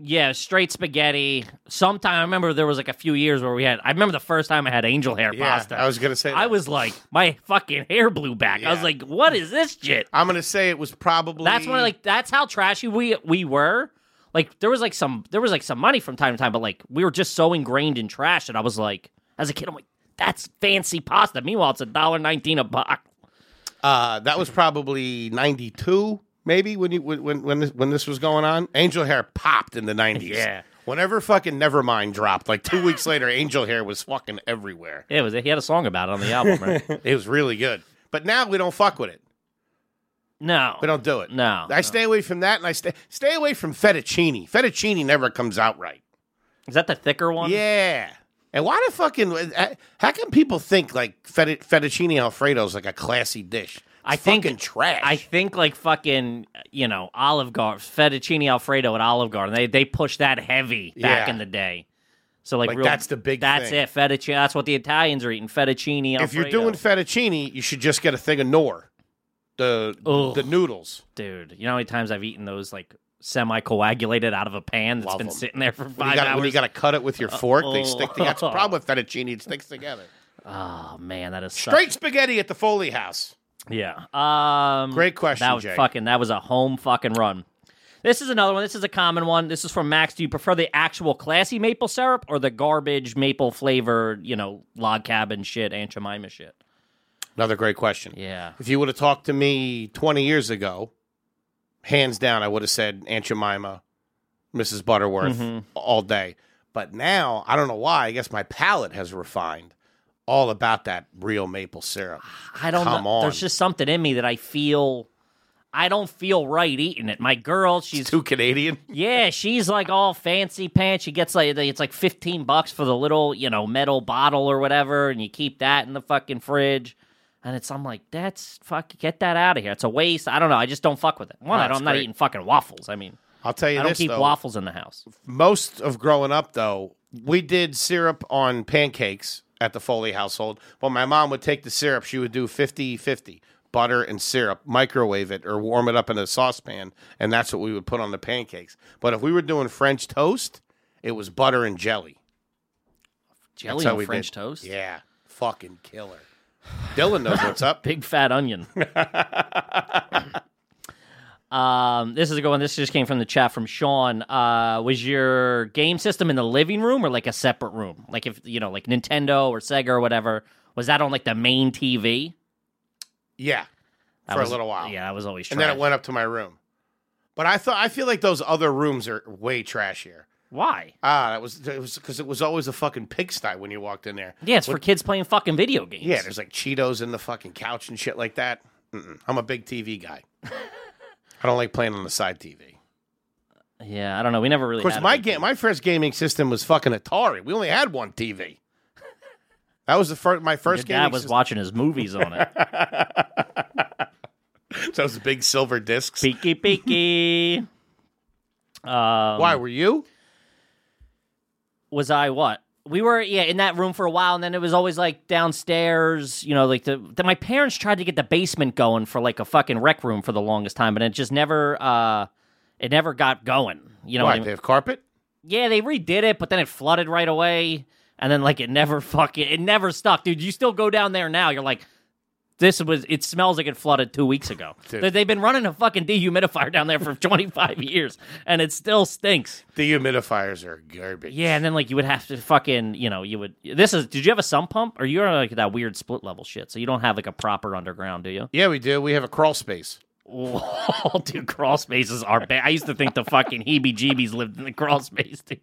Speaker 2: Yeah, straight spaghetti. Sometime I remember there was like a few years where we had. I remember the first time I had angel hair
Speaker 1: Yeah,
Speaker 2: pasta.
Speaker 1: I was gonna say.
Speaker 2: I
Speaker 1: that.
Speaker 2: was like, my fucking hair blew back. I was
Speaker 1: Yeah.
Speaker 2: like, what is this shit?
Speaker 1: I'm gonna say it was probably.
Speaker 2: That's when like that's how trashy we we were. Like there was like some there was like some money from time to time, but like we were just so ingrained in trash. And I was like, as a kid, I'm like, that's fancy pasta. Meanwhile, it's a dollar nineteen a box.
Speaker 1: Uh, that was probably '92, maybe when you when when when this, when this was going on. Angel hair popped in the '90s.
Speaker 2: Yeah.
Speaker 1: Whenever fucking Nevermind dropped, like two weeks later, Angel Hair was fucking everywhere.
Speaker 2: Yeah, it was he had a song about it on the album, right?
Speaker 1: It was really good. But now we don't fuck with it.
Speaker 2: no,
Speaker 1: We don't do it.
Speaker 2: No,
Speaker 1: I stay away from that, and I stay stay away from fettuccine. Fettuccine never comes out right.
Speaker 2: is that the thicker one?
Speaker 1: Yeah. And why the fucking? uh, How come people think like fetti- fettuccine alfredo is like a classy dish? It's
Speaker 2: I think-
Speaker 1: fucking trash.
Speaker 2: I think like fucking you know Olive Garden fettuccine alfredo at Olive Garden. They they pushed that heavy back
Speaker 1: Yeah.
Speaker 2: in the day. So like,
Speaker 1: Like,
Speaker 2: real,
Speaker 1: that's the big
Speaker 2: That's
Speaker 1: thing.
Speaker 2: it. Fettuccine. That's what the Italians are eating. Fettuccine.
Speaker 1: if you're
Speaker 2: Alfredo.
Speaker 1: doing fettuccine, you should just get a thing of nor, the
Speaker 2: Ugh.
Speaker 1: the noodles.
Speaker 2: dude, you know how many times I've eaten those like semi coagulated out of a pan that's
Speaker 1: Love
Speaker 2: been
Speaker 1: 'em.
Speaker 2: sitting there for
Speaker 1: When
Speaker 2: five
Speaker 1: you, gotta,
Speaker 2: hours.
Speaker 1: when you gotta cut it with your fork, they
Speaker 2: oh.
Speaker 1: stick together. That's the problem with fettuccine; it sticks together.
Speaker 2: oh man, that is such-
Speaker 1: Straight spaghetti at the Foley House.
Speaker 2: Yeah. Um,
Speaker 1: Great question,
Speaker 2: That was
Speaker 1: Jay.
Speaker 2: fucking. That was a home fucking run. This is another one. This is a common one. This is from Max. Do you prefer the actual classy maple syrup or the garbage maple flavored, you know, log cabin shit, Aunt Jemima shit?
Speaker 1: Another great question.
Speaker 2: Yeah.
Speaker 1: If you would have talked to me 20 years ago, hands down, I would have said Aunt Jemima, Mrs. Butterworth
Speaker 2: Mm-hmm.
Speaker 1: all day. But now, I don't know why. I guess my palate has refined all about that real maple syrup.
Speaker 2: I don't
Speaker 1: Come
Speaker 2: know.
Speaker 1: on.
Speaker 2: There's just something in me that I feel. I don't feel right eating it. My girl, she's
Speaker 1: Too Canadian.
Speaker 2: Yeah, she's like all fancy pants. She gets like it's like fifteen bucks for the little you know metal bottle or whatever, and you keep that in the fucking fridge. And it's I'm like that's fuck get that out of here. It's a waste. I don't know. I just don't fuck with it. One, I
Speaker 1: Nah,
Speaker 2: don't,
Speaker 1: it's
Speaker 2: I'm not
Speaker 1: great.
Speaker 2: eating fucking waffles. I mean,
Speaker 1: I'll tell you
Speaker 2: I don't
Speaker 1: this
Speaker 2: keep
Speaker 1: though.
Speaker 2: waffles in the house.
Speaker 1: Most of growing up though, we did syrup on pancakes at the Foley household. But my mom would take the syrup, she would do 50-50 butter and syrup, microwave it or warm it up in a saucepan, and that's what we would put on the pancakes. But if we were doing French toast, it was butter and jelly.
Speaker 2: Jelly
Speaker 1: how
Speaker 2: and
Speaker 1: we
Speaker 2: French
Speaker 1: did.
Speaker 2: toast.
Speaker 1: Yeah. Fucking killer. Dylan knows what's up.
Speaker 2: Big fat onion. um, this is a good one. This just came from the chat from Sean. Uh, was your game system in the living room or like a separate room? Like if you know, like Nintendo or Sega or whatever, was that on like the main TV
Speaker 1: Yeah.
Speaker 2: That
Speaker 1: for
Speaker 2: was-
Speaker 1: a little while.
Speaker 2: Yeah, that was always.
Speaker 1: And then it
Speaker 2: trash.
Speaker 1: went up to my room. But I thought I feel like those other rooms are way trashier.
Speaker 2: Why?
Speaker 1: Ah, that was it was because it was always a fucking pigsty when you walked in there.
Speaker 2: Yeah, it's for kids playing fucking video games.
Speaker 1: Yeah, there's like Cheetos in the fucking couch and shit like that. Mm-mm. I'm a big TV guy. I don't like playing on the side TV.
Speaker 2: yeah. I don't know. We never really.
Speaker 1: Of course,
Speaker 2: had a
Speaker 1: my
Speaker 2: big-
Speaker 1: game, my first gaming system was fucking Atari. We only had one TV. That was the first. My
Speaker 2: Your
Speaker 1: first
Speaker 2: dad
Speaker 1: gaming
Speaker 2: was
Speaker 1: system.
Speaker 2: watching his movies on it.
Speaker 1: Those big silver discs.
Speaker 2: Peeky peeky. Um,
Speaker 1: Why were you?
Speaker 2: was I what? We were yeah in that room for a while, and then it was always like downstairs. You know, like the, the my parents tried to get the basement going for like a fucking rec room for the longest time, but it just never uh it never got going. You know, what I
Speaker 1: Why
Speaker 2: mean?
Speaker 1: they have carpet?
Speaker 2: yeah, they redid it, but then it flooded right away, and then like it never fucking it never stuck, dude. You still go down there now, you're like. This was. It smells like it flooded two weeks ago.
Speaker 1: Dude.
Speaker 2: They- They've been running a fucking dehumidifier down there for 25 years, and it still stinks.
Speaker 1: The humidifiers are garbage.
Speaker 2: Yeah, and then like you would have to fucking, you know, you would. This is. Did you have a sump pump, or you're on like that weird split level shit? So you don't have like a proper underground, do you?
Speaker 1: yeah, we do. We have a crawl space.
Speaker 2: Oh, dude, crawl spaces are bad. I used to think the fucking heebie-jeebies lived in the crawl space. Dude.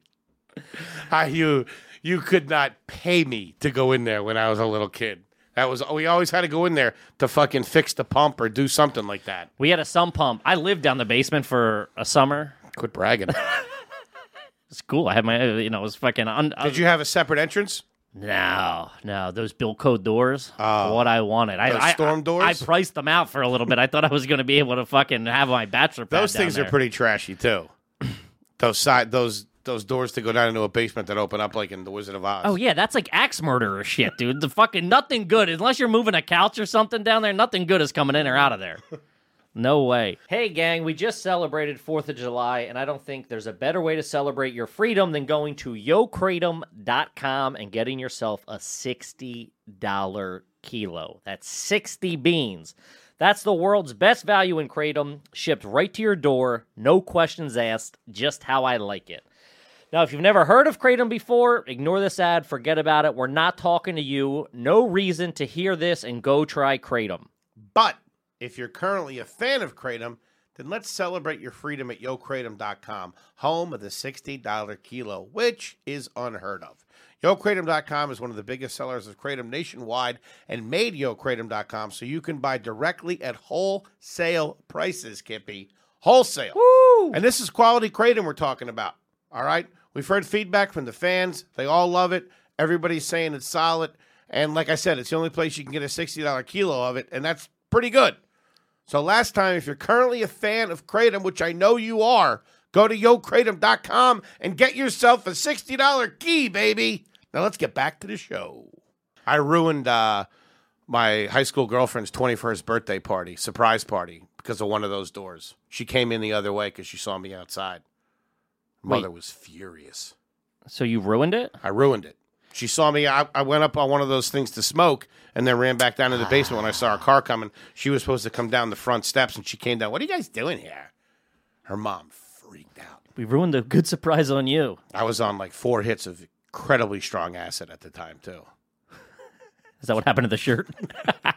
Speaker 1: I, you you could not pay me to go in there when I was a little kid. That was we always had to go in there to fucking fix the pump or do something like that.
Speaker 2: We had a sump pump. I lived down the basement for a summer.
Speaker 1: Quit bragging.
Speaker 2: It's cool. I had my, you know, it was fucking. Un-
Speaker 1: Did you have a separate entrance?
Speaker 2: No, no, those Bill Code doors. what I wanted. I,
Speaker 1: Oh. Those
Speaker 2: I-
Speaker 1: storm
Speaker 2: I-
Speaker 1: doors?
Speaker 2: I, priced them out for a little bit. I thought I was going to be able to fucking have my bachelor. pad
Speaker 1: Those
Speaker 2: down
Speaker 1: things
Speaker 2: there.
Speaker 1: are pretty trashy too. those side those those doors to go down into a basement that open up like in The Wizard of Oz.
Speaker 2: Oh yeah, that's like axe murderer shit, dude. The fucking nothing good unless you're moving a couch or something down there. Nothing good is coming in or out of there. No way.
Speaker 4: Hey, gang, we just celebrated 4th of July, and I don't think there's a better way to celebrate your freedom than going to yocratum.com and getting yourself a $60 kilo. That's 60 beans. That's the world's best value in kratom, shipped right to your door, no questions asked, just how I like it. Now, if you've never heard of Kratom before, ignore this ad, forget about it. We're not talking to you. No reason to hear this and go try Kratom.
Speaker 1: But if you're currently a fan of Kratom, then let's celebrate your freedom at yokratom.com, home of the $60 kilo, which is unheard of. YoKratom.com is one of the biggest sellers of Kratom nationwide and made YoKratom.com so you can buy directly at wholesale prices, Kippy. Wholesale. Woo! And this is quality Kratom we're talking about. All right. We've heard feedback from the fans. They all love it. Everybody's saying it's solid. And like I said, it's the only place you can get a $60 kilo of it, and that's pretty good. So last time, if you're currently a fan of Kratom, which I know you are, go to yokratom.com and get yourself a $60 key, baby. Now let's get back to the show. I ruined uh, my high school girlfriend's 21st birthday party, surprise party, because of one of those doors. She came in the other way because she saw me outside. Mother was furious.
Speaker 2: So you ruined it?
Speaker 1: I ruined it. She saw me. I, I went up on one of those things to smoke and then ran back down to the basement when I saw her car coming. She was supposed to come down the front steps and she came down. What are you guys doing here? Her mom freaked out.
Speaker 2: We ruined a good surprise on you.
Speaker 1: I was on like four hits of incredibly strong acid at the time, too.
Speaker 2: Is that what happened to the shirt?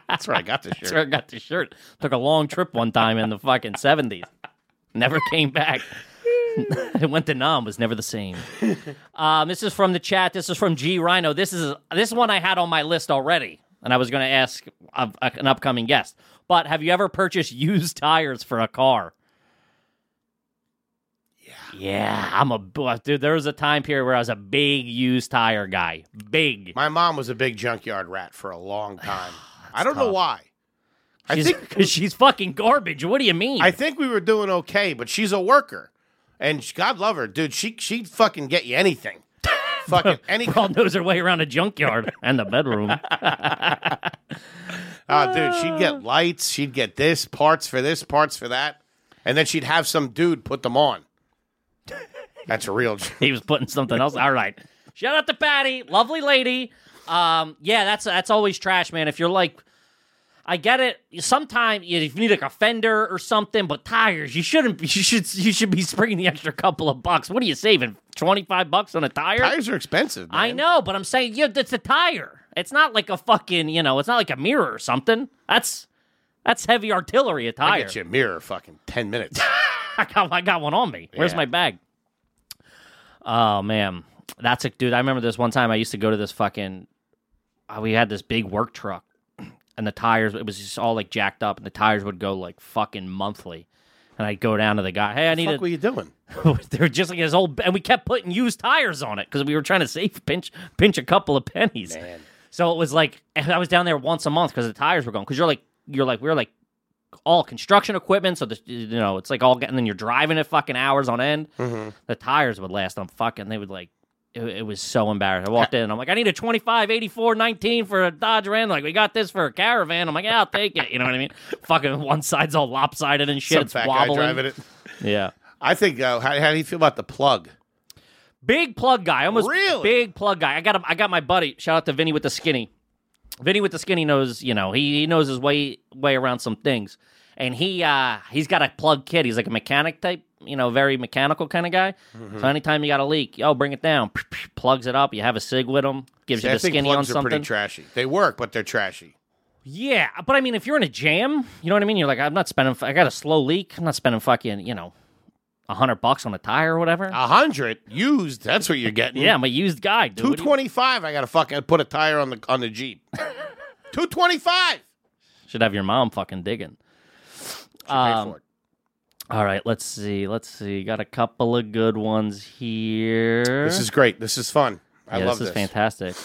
Speaker 1: That's where I got this shirt.
Speaker 2: Sure, got the shirt. Took a long trip one time in the fucking seventies. Never came back. it went to Nam. Was never the same. Um, this is from the chat. This is from G Rhino. This is this one I had on my list already, and I was going to ask of- uh, an upcoming guest. But have you ever purchased used tires for a car? Yeah, yeah. I'm a bu- dude. There was a time period where I was a big used tire guy. Big.
Speaker 1: My mom was a big junkyard rat for a long time. I don't know why. I
Speaker 2: She's,
Speaker 1: think
Speaker 2: because she's fucking garbage. What do you mean?
Speaker 1: I think we were doing okay, but she's a worker, and she- God love her, dude. She she'd fucking get you anything, fucking any.
Speaker 2: Paul knows her way around a junkyard and the bedroom.
Speaker 1: Ah, dude, she'd get lights, she'd get this parts for this, parts for that, and then she'd have some dude put them on. That's a real.
Speaker 2: he was putting something else. All right. Shout out to Patty, lovely lady. Um, yeah, that's that's always trash, man. If you're like, I get it. Sometimes you, if you need like a fender or something, but tires, you shouldn't. be- You should you should be springing the extra couple of bucks. What are you saving? Twenty five bucks on a tire?
Speaker 1: Tires are expensive. Man.
Speaker 2: I know, but I'm saying, yeah, that's a tire. It's not like a fucking, you know, it's not like a mirror or something. That's that's heavy artillery. A tire.
Speaker 1: I get you a mirror, fucking ten minutes.
Speaker 2: I got I got one on me. Where's
Speaker 1: Yeah.
Speaker 2: my bag? Oh man, that's a dude. I remember this one time I used to go to this fucking. uh, We had this big work truck, and the tires it was just all like jacked up, and the tires would go like fucking monthly. And I'd go down to the guy, hey, I need
Speaker 1: What
Speaker 2: a.
Speaker 1: were you doing?
Speaker 2: they were just like his old, and we kept putting used tires on it because we were trying to save pinch pinch a couple of pennies.
Speaker 1: Man.
Speaker 2: So it was like and I was down there once a month because the tires were going. Because you're like you're like we were like all construction equipment, so the, you know it's like all getting. Then you're driving it fucking hours on end.
Speaker 1: Mm-hmm.
Speaker 2: The tires would last on fucking. They would like it, it was so embarrassing. I walked in. I'm like, I need a 25, 84, 19 for a Dodge Ram. Like we got this for a caravan. I'm like, yeah, I'll take it. You know what I mean? fucking one side's all lopsided and shit.
Speaker 1: Some
Speaker 2: it's
Speaker 1: fat
Speaker 2: wobbling.
Speaker 1: guy driving it.
Speaker 2: Yeah.
Speaker 1: I think. Uh, how, how do you feel about the plug?
Speaker 2: Big plug guy. Almost
Speaker 1: Really?
Speaker 2: big plug guy. I got him, I got my buddy. Shout out to Vinny with the skinny. Vinny with the skinny knows, you know, he, he knows his way way around some things. And he uh he's got a plug kit. He's like a mechanic type, you know, very mechanical kind of guy.
Speaker 1: Mm-hmm.
Speaker 2: So anytime you got a leak, yo, bring it down. Plugs it up. You have a sig with him. Gives
Speaker 1: See,
Speaker 2: you
Speaker 1: I
Speaker 2: the
Speaker 1: think
Speaker 2: skinny on
Speaker 1: plugs are
Speaker 2: something.
Speaker 1: pretty trashy. They work, but they're trashy.
Speaker 2: yeah, but I mean, if you're in a jam, you know what I mean. You're like, I'm not spending. I got a slow leak. I'm not spending fucking, you know, a hundred bucks on a tire or whatever.
Speaker 1: A hundred used. That's what you're getting.
Speaker 2: yeah, I'm a used guy, dude.
Speaker 1: Two
Speaker 2: What do you-
Speaker 1: twenty five. I gotta fucking put a tire on the on the jeep. Two twenty five.
Speaker 2: Should have your mom fucking digging. Um,
Speaker 1: for it.
Speaker 2: All right, let's see. Let's see. Got a couple of good ones here.
Speaker 1: This is great. This is fun. I
Speaker 2: yeah,
Speaker 1: love this.
Speaker 2: this is fantastic.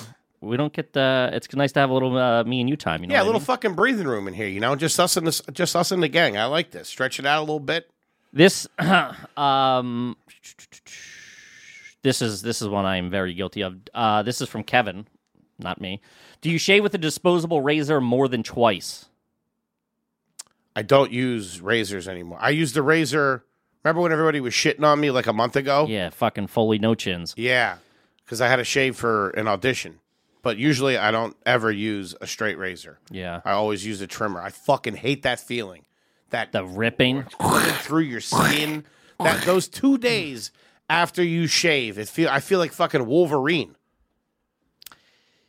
Speaker 2: We don't get the. It's nice to have a little uh, me and you time. You know,
Speaker 1: Yeah, a
Speaker 2: what I
Speaker 1: little
Speaker 2: mean?
Speaker 1: fucking breathing room in here. You know, just us and this, just us and the gang. I like this. Stretch it out a little bit.
Speaker 2: This um this is this is one I am very guilty of. Uh, this is from Kevin, not me. Do you shave with a disposable razor more than twice?
Speaker 1: I don't use razors anymore. I used the razor. Remember when everybody was shitting on me like a month ago?
Speaker 2: Yeah, fucking Foley no chins.
Speaker 1: Yeah, because I had a shave for an audition. But usually I don't ever use a straight razor.
Speaker 2: Yeah.
Speaker 1: I always use a trimmer. I fucking hate that feeling. That
Speaker 2: The ripping.
Speaker 1: through your skin. That those two days after you shave, it feel I feel like fucking Wolverine.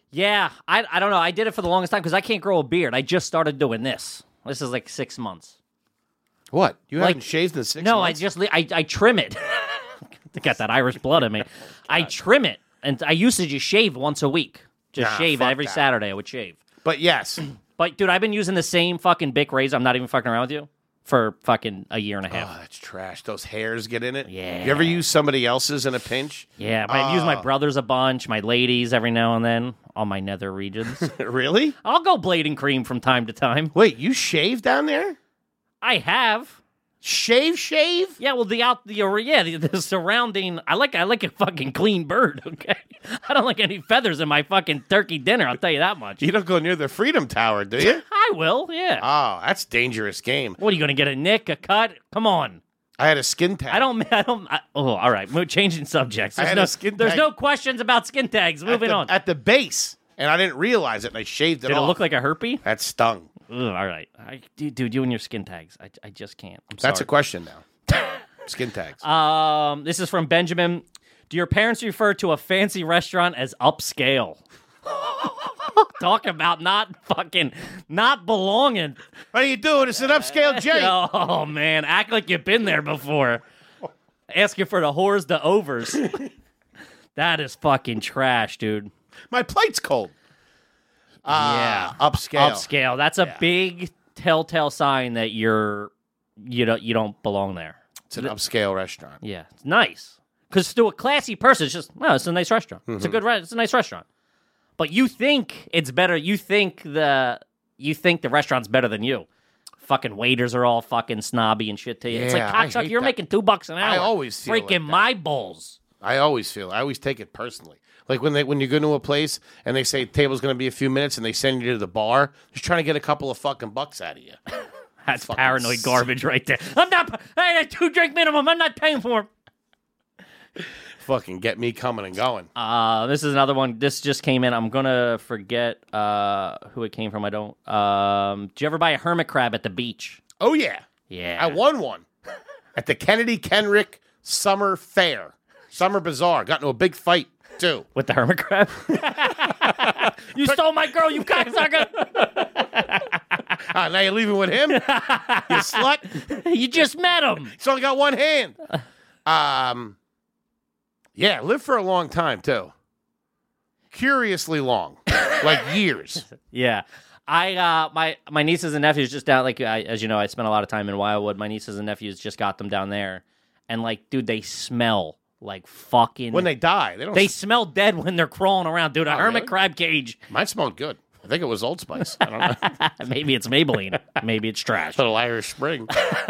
Speaker 2: Yeah, I I don't know. I did it for the longest time because I can't grow a beard. I just started doing this. This is like six months.
Speaker 1: What? You
Speaker 2: Like-
Speaker 1: haven't shaved in six
Speaker 2: no,
Speaker 1: months?
Speaker 2: I just li- I I trim it. Got that Irish blood in me. I trim it, and I used to just shave once a week. Just
Speaker 1: Nah,
Speaker 2: shave
Speaker 1: fuck
Speaker 2: every
Speaker 1: that.
Speaker 2: Saturday. I would shave.
Speaker 1: But yes, Oh,
Speaker 2: But dude, I've been using the same fucking Bic razor. I'm not even fucking around with you for fucking a year and a half.
Speaker 1: oh, that's trash. Those hairs get in it.
Speaker 2: Yeah.
Speaker 1: You ever use somebody else's in a pinch?
Speaker 2: yeah, but I've used my brothers a bunch, my ladies every now and then, on my nether regions.
Speaker 1: really?
Speaker 2: I'll go blading cream from time to time.
Speaker 1: Wait, you shave down there?
Speaker 2: I have.
Speaker 1: Shave, shave?
Speaker 2: Yeah, well, the out the yeah the, the surrounding. I like I like a fucking clean bird. Okay, I don't like any feathers in my fucking turkey dinner. I'll tell you that much.
Speaker 1: You don't go near the Freedom Tower, do you?
Speaker 2: I will. Yeah.
Speaker 1: oh, that's dangerous game.
Speaker 2: what are you gonna get a nick, a cut? Come on.
Speaker 1: I had a skin tag.
Speaker 2: I don't. I don't. I, oh, all right. We're changing subjects.
Speaker 1: I
Speaker 2: There's
Speaker 1: had
Speaker 2: no.
Speaker 1: a skin
Speaker 2: there's
Speaker 1: tag.
Speaker 2: no questions about skin tags.
Speaker 1: at
Speaker 2: Moving
Speaker 1: the,
Speaker 2: on.
Speaker 1: at the base, and I didn't realize it. And I shaved it
Speaker 2: Did it
Speaker 1: off.
Speaker 2: look like a herpy?
Speaker 1: that stung?
Speaker 2: Ugh, all right. I, dude, dude, you and your skin tags. I, I just can't. I'm
Speaker 1: That's a
Speaker 2: sorry.
Speaker 1: question now. skin tags.
Speaker 2: um. This is from Benjamin. Do your parents refer to a fancy restaurant as upscale? Talk about not fucking not belonging.
Speaker 1: what are you doing? It's an upscale J.
Speaker 2: Oh man, act like you've been there before. Asking for the whores, the overs. that is fucking trash, dude.
Speaker 1: My plate's cold.
Speaker 2: yeah,
Speaker 1: Upscale.
Speaker 2: Uh, upscale. That's a big telltale sign that you're you don't you don't belong there.
Speaker 1: It's an upscale restaurant.
Speaker 2: Yeah, it's nice because to a classy person, it's just no. It's a nice restaurant. It's a
Speaker 1: Mm-hmm.
Speaker 2: good. Re- it's a nice restaurant. But you think it's better. You think the you think the restaurant's better than you. Fucking waiters are all fucking snobby and shit to you. it's like
Speaker 1: Yeah, I
Speaker 2: cocksucker,
Speaker 1: hate
Speaker 2: you're
Speaker 1: that.
Speaker 2: making two bucks an hour.
Speaker 1: I always feel like
Speaker 2: freaking
Speaker 1: that.
Speaker 2: my balls.
Speaker 1: I always feel. I always take it personally. Like when they when you go to a place and they say table's going to be a few minutes and they send you to the bar, just trying to get a couple of fucking bucks out of you.
Speaker 2: That's paranoid garbage right there. I'm not. I had a two drink minimum. I'm not paying for 'em.
Speaker 1: fucking get me coming and going.
Speaker 2: Uh, this is another one. This just came in. I'm gonna forget uh, who it came from. I don't. Um, did you ever buy a hermit crab at the beach?
Speaker 1: oh yeah.
Speaker 2: Yeah,
Speaker 1: I won one at the Kennedy Kenrick Summer Fair, Summer Bazaar. Got into a big fight too.
Speaker 2: with the hermit crab. you stole my girl, you cocksucker!
Speaker 1: Ah, now you're leaving with him, you slut.
Speaker 2: you just met him.
Speaker 1: He's only got one hand. Um, yeah, lived for a long time too. Curiously long, like years.
Speaker 2: Yeah. I uh my my nieces and nephews just down like I, as you know I spent a lot of time in Wildwood. My nieces and nephews just got them down there, and like dude, they smell like fucking.
Speaker 1: When they die, they don't.
Speaker 2: they smell dead when they're crawling around, dude. A hermit
Speaker 1: really?
Speaker 2: crab cage.
Speaker 1: mine smelled good. I think it was Old Spice. I don't know.
Speaker 2: Maybe it's Maybelline. Maybe it's trash.
Speaker 1: Little Irish Spring.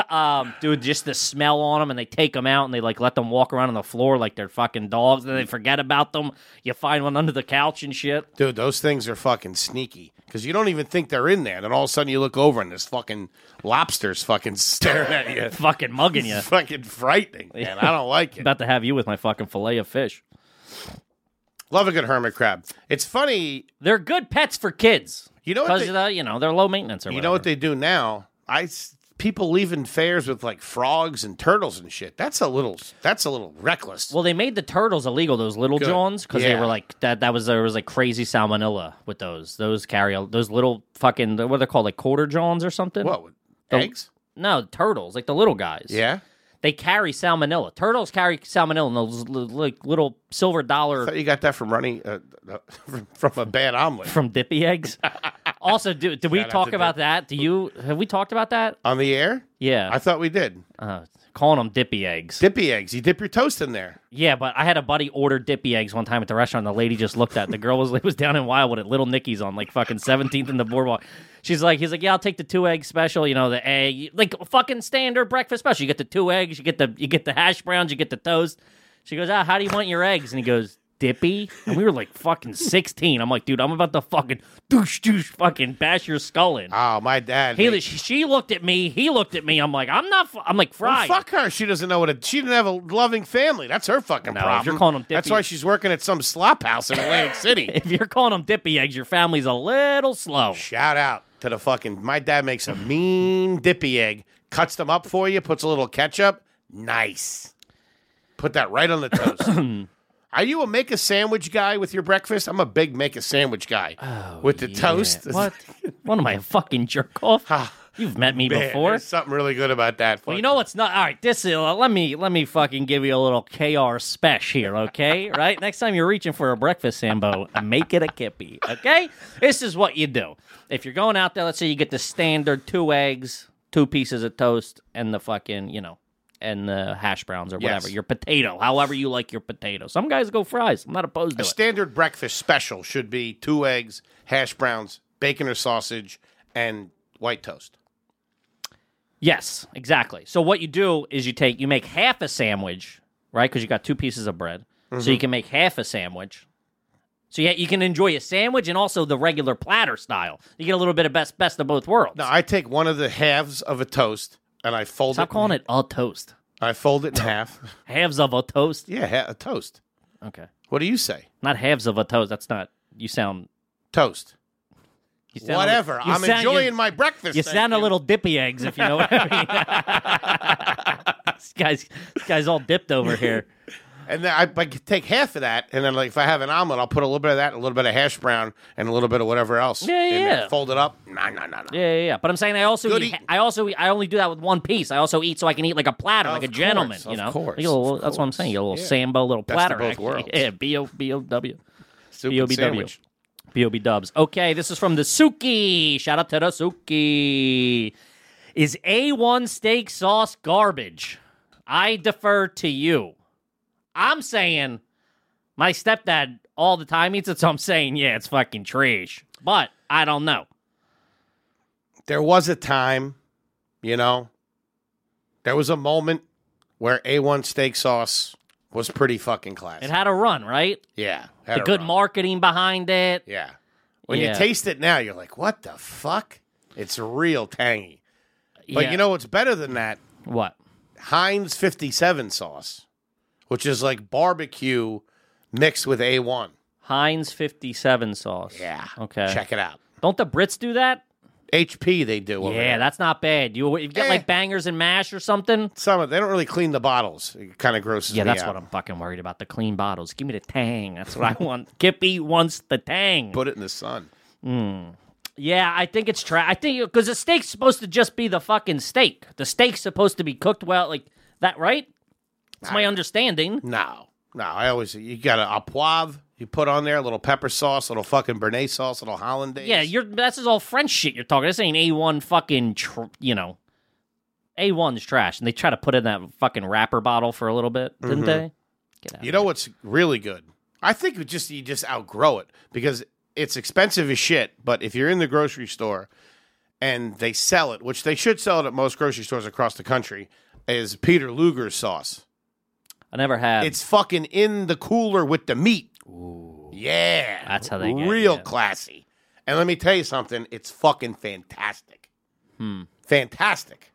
Speaker 2: Um, dude, just the smell on them, and they take them out and they like let them walk around on the floor like they're fucking dogs. Then they forget about them. You find one under the couch and shit.
Speaker 1: Dude, those things are fucking sneaky because you don't even think they're in there. Then all of a sudden you look over and this fucking lobster's fucking staring at you.
Speaker 2: fucking mugging you.
Speaker 1: It's fucking frightening, man. I don't like it.
Speaker 2: About to have you with my fucking fillet of fish.
Speaker 1: Love a good hermit crab. It's funny.
Speaker 2: They're good pets for kids
Speaker 1: You know what?
Speaker 2: because
Speaker 1: They,
Speaker 2: you know they're low maintenance. Or
Speaker 1: you know what they do now? I s- people leaving fairs with like frogs and turtles and shit. That's a little. That's a little reckless.
Speaker 2: well, they made the turtles illegal. Those little
Speaker 1: Good.
Speaker 2: Johns because they
Speaker 1: Yeah.
Speaker 2: were like that. That was there was like crazy salmonella with those. Those carry a- those little fucking what are they called like quarter Johns or something.
Speaker 1: What
Speaker 2: Don't-
Speaker 1: eggs?
Speaker 2: No turtles, like the little guys.
Speaker 1: Yeah.
Speaker 2: they carry salmonella. Turtles carry salmonella in those li- like little silver dollar
Speaker 1: I thought you got that from running uh, uh, from a bad omelet
Speaker 2: from Dippy eggs. also, do, did we
Speaker 1: Shout out
Speaker 2: talk
Speaker 1: to
Speaker 2: about that? Do you have we talked about that?
Speaker 1: on the air.
Speaker 2: Yeah,
Speaker 1: I thought we did
Speaker 2: uh, calling them dippy eggs.
Speaker 1: dippy eggs. You dip your toast in there.
Speaker 2: yeah, but I had a buddy order dippy eggs one time at the restaurant. The lady just looked at it. the girl was was down in Wildwood at Little Nicky's on like fucking Seventeenth and the Boardwalk. She's like, he's like, yeah, I'll take the two egg special. You know, the egg, like fucking standard breakfast special. You get the two eggs, you get the you get the hash browns, you get the toast. She goes, ah, how do you want your eggs? And he goes, dippy. And we were like fucking sixteen. I'm like, dude, I'm about to fucking douche douche fucking bash your skull in.
Speaker 1: Oh, my dad.
Speaker 2: He,
Speaker 1: made-
Speaker 2: she- she looked at me. He looked at me. I'm like, I'm not. F-. I'm like
Speaker 1: Well,
Speaker 2: fried.
Speaker 1: fuck her. She doesn't know what it. She didn't have a loving family. That's her fucking
Speaker 2: No, if
Speaker 1: problem.
Speaker 2: you're calling 'em
Speaker 1: That's
Speaker 2: dippies-
Speaker 1: why she's working at some slop house in Atlantic City.
Speaker 2: If you're calling them dippy eggs, your family's a little slow.
Speaker 1: Shout out to the fucking. My dad makes a mean dippy egg, cuts them up for you, puts a little ketchup. Nice. Put that right on the toast. Are you a make a sandwich guy with your breakfast? I'm a big make a sandwich guy with the toast.
Speaker 2: Oh, What? what am I a fucking jerk off?
Speaker 1: Ah,
Speaker 2: You've met me
Speaker 1: man,
Speaker 2: before.
Speaker 1: there's something really good about that.
Speaker 2: Well, you know what's not all right. This is uh, let me let me fucking give you a little KR spesh here, okay? right? Next time you're reaching for a breakfast sambo, make it a kippy, okay? This is what you do. If you're going out there, let's say you get the standard two eggs, two pieces of toast, and the fucking you know, and the hash browns or whatever
Speaker 1: Yes.
Speaker 2: your potato, however you like your potato. Some guys go fries. I'm not opposed to
Speaker 1: A
Speaker 2: it.
Speaker 1: standard breakfast special should be two eggs, hash browns, bacon or sausage, and white toast.
Speaker 2: Yes, exactly. So what you do is you take you make half a sandwich, right? Because you got two pieces of bread, so you
Speaker 1: Mm-hmm.
Speaker 2: can make half a sandwich. So yeah, you can enjoy a sandwich and also the regular platter style. You get a little bit of best best of both worlds.
Speaker 1: Now I take one of the halves of a toast and I fold
Speaker 2: Stop
Speaker 1: it.
Speaker 2: calling it a toast.
Speaker 1: I fold it in half.
Speaker 2: Halves of a toast.
Speaker 1: yeah, ha- a toast.
Speaker 2: Okay,
Speaker 1: What do you say?
Speaker 2: not halves of a toast. That's not. You sound.
Speaker 1: Toast.
Speaker 2: You sound
Speaker 1: Whatever.
Speaker 2: you
Speaker 1: I'm
Speaker 2: sound-
Speaker 1: enjoying
Speaker 2: you,
Speaker 1: my breakfast.
Speaker 2: You
Speaker 1: thank
Speaker 2: sound a little dippy eggs, if you know what I mean. this guy's this guy's all dipped over here.
Speaker 1: And then I, I take half of that, and then like if I have an omelet, I'll put a little bit of that, a little bit of hash brown, and a little bit of whatever else.
Speaker 2: Yeah,
Speaker 1: in there.
Speaker 2: yeah.
Speaker 1: Fold it up. Nah, nah, nah, nah.
Speaker 2: Yeah, yeah, yeah. But I'm saying I also
Speaker 1: Good
Speaker 2: eat,
Speaker 1: eating.
Speaker 2: I also eat, I only do that with one piece. I also eat so I can eat like a platter, like a
Speaker 1: course,
Speaker 2: gentleman.
Speaker 1: of
Speaker 2: you know,
Speaker 1: course,
Speaker 2: Like a little-
Speaker 1: of
Speaker 2: that's what I'm saying. You little sambo, little
Speaker 1: Best of
Speaker 2: platter.
Speaker 1: both
Speaker 2: actually.
Speaker 1: worlds.
Speaker 2: Yeah, b o b o w
Speaker 1: Soup
Speaker 2: b o
Speaker 1: and
Speaker 2: b w
Speaker 1: sandwich.
Speaker 2: b o b dubs. Okay, this is from the Suki. Shout out to the Suki. Is A1 steak sauce garbage? I defer to you. I'm saying my stepdad all the time eats it, so I'm saying yeah, it's fucking trash. But I don't know.
Speaker 1: there was a time, you know, there was a moment where A1 steak sauce was pretty fucking classic.
Speaker 2: It had a run, right?
Speaker 1: yeah.
Speaker 2: The
Speaker 1: Had a
Speaker 2: good
Speaker 1: run.
Speaker 2: marketing behind it.
Speaker 1: Yeah. When you
Speaker 2: Yeah.
Speaker 1: taste it now, you're like, what the fuck? It's real tangy. But
Speaker 2: Yeah.
Speaker 1: you know what's better than that?
Speaker 2: what?
Speaker 1: Heinz 57 sauce, which is like barbecue mixed with A1.
Speaker 2: Heinz 57 sauce.
Speaker 1: Yeah.
Speaker 2: Okay.
Speaker 1: Check it out.
Speaker 2: Don't the Brits do that?
Speaker 1: HP they do. over
Speaker 2: yeah,
Speaker 1: there.
Speaker 2: that's not bad. You you get
Speaker 1: Eh.
Speaker 2: like bangers and mash or something.
Speaker 1: some of they don't really clean the bottles. It kind of grosses
Speaker 2: Yeah,
Speaker 1: me
Speaker 2: that's
Speaker 1: out.
Speaker 2: what I'm fucking worried about. The clean bottles. Give me the tang. That's what I want. Kippy wants the tang.
Speaker 1: Put it in the sun.
Speaker 2: yeah, I think it's trash. I think because the steak's supposed to just be the fucking steak. The steak's supposed to be cooked well, like that, right? That's my understanding.
Speaker 1: No, no. I always you got a, a poivre you put on there, a little pepper sauce, a little fucking béarnaise sauce, a little hollandaise.
Speaker 2: Yeah, you're that's is all French shit you're talking. This ain't A1 fucking, tr- you know. A1's trash. And they try to put in that fucking wrapper bottle for a little bit,
Speaker 1: Mm-hmm.
Speaker 2: didn't they? Get out.
Speaker 1: You know what's really good? I think it just you just outgrow it because it's expensive as shit. But if you're in the grocery store and they sell it, which they should sell it at most grocery stores across the country, is Peter Luger's sauce.
Speaker 2: I never had.
Speaker 1: It's fucking in the cooler with the meat. Yeah,
Speaker 2: That's how they get it,
Speaker 1: real
Speaker 2: yeah.
Speaker 1: classy. And let me tell you something, it's fucking fantastic.
Speaker 2: Hmm.
Speaker 1: Fantastic.